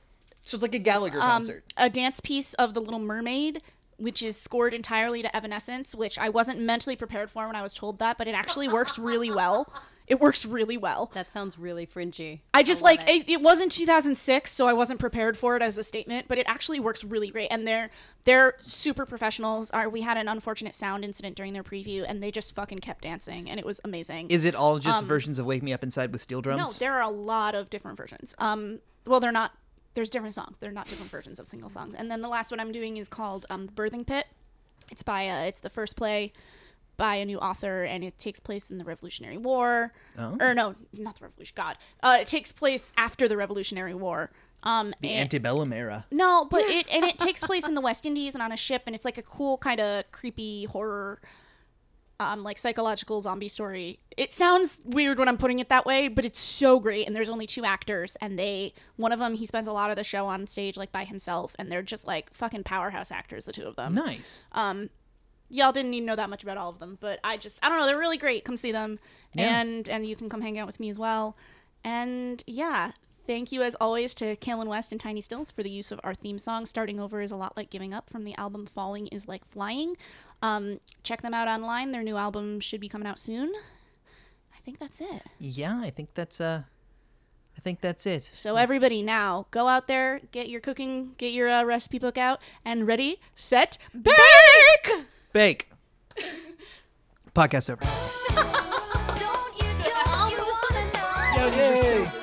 S3: So it's like a Gallagher
S8: um,
S3: concert.
S8: a dance piece of The Little Mermaid. Which is scored entirely to Evanescence, which I wasn't mentally prepared for when I was told that, but it actually works really well. It works really well.
S5: That sounds really fringy.
S8: I just
S5: love
S8: like it. it wasn't 2006, so I wasn't prepared for it as a statement, but it actually works really great. And they're they're super professionals. Are we had an unfortunate sound incident during their preview, and they just fucking kept dancing, and it was amazing.
S3: Is it all just versions of "Wake Me Up Inside" with steel drums?
S8: um, no, there are a lot of different versions. Um, well, they're not. There's different songs. They're not different versions of single songs. And then the last one I'm doing is called um, "The Birthing Pit." It's by uh, it's the first play by a new author, and it takes place in the Revolutionary War. Or no, not the Revolution. God, uh, it takes place after the Revolutionary War. Um,
S3: the
S8: and-
S3: antebellum era.
S8: no, but it and it takes place in the West Indies and on a ship, and it's like a cool kind of creepy horror, um, like psychological zombie story. It sounds weird when I'm putting it that way, but it's so great. And there's only two actors, and they one of them he spends a lot of the show on stage like by himself, and they're just like fucking powerhouse actors, the two of them.
S3: Nice.
S8: Uh, Y'all didn't need to know that much about all of them, but I just I don't know. They're really great. Come see them,
S3: Yeah.
S8: and and you can come hang out with me as well. And yeah, thank you as always to Kalen West and Tiny Stills for the use of our theme song. Starting over is a lot like giving up from the album Falling is like flying. Um, check them out online. Their new album should be coming out soon. I think that's it.
S3: yeah, I think that's. uh I think that's it.
S8: So everybody now go out there, get your cooking, get your uh, recipe book out, and ready, set, bake.
S3: Bake. Podcast over.
S2: Don't you, don't you wanna know?
S8: Yo, these are so good.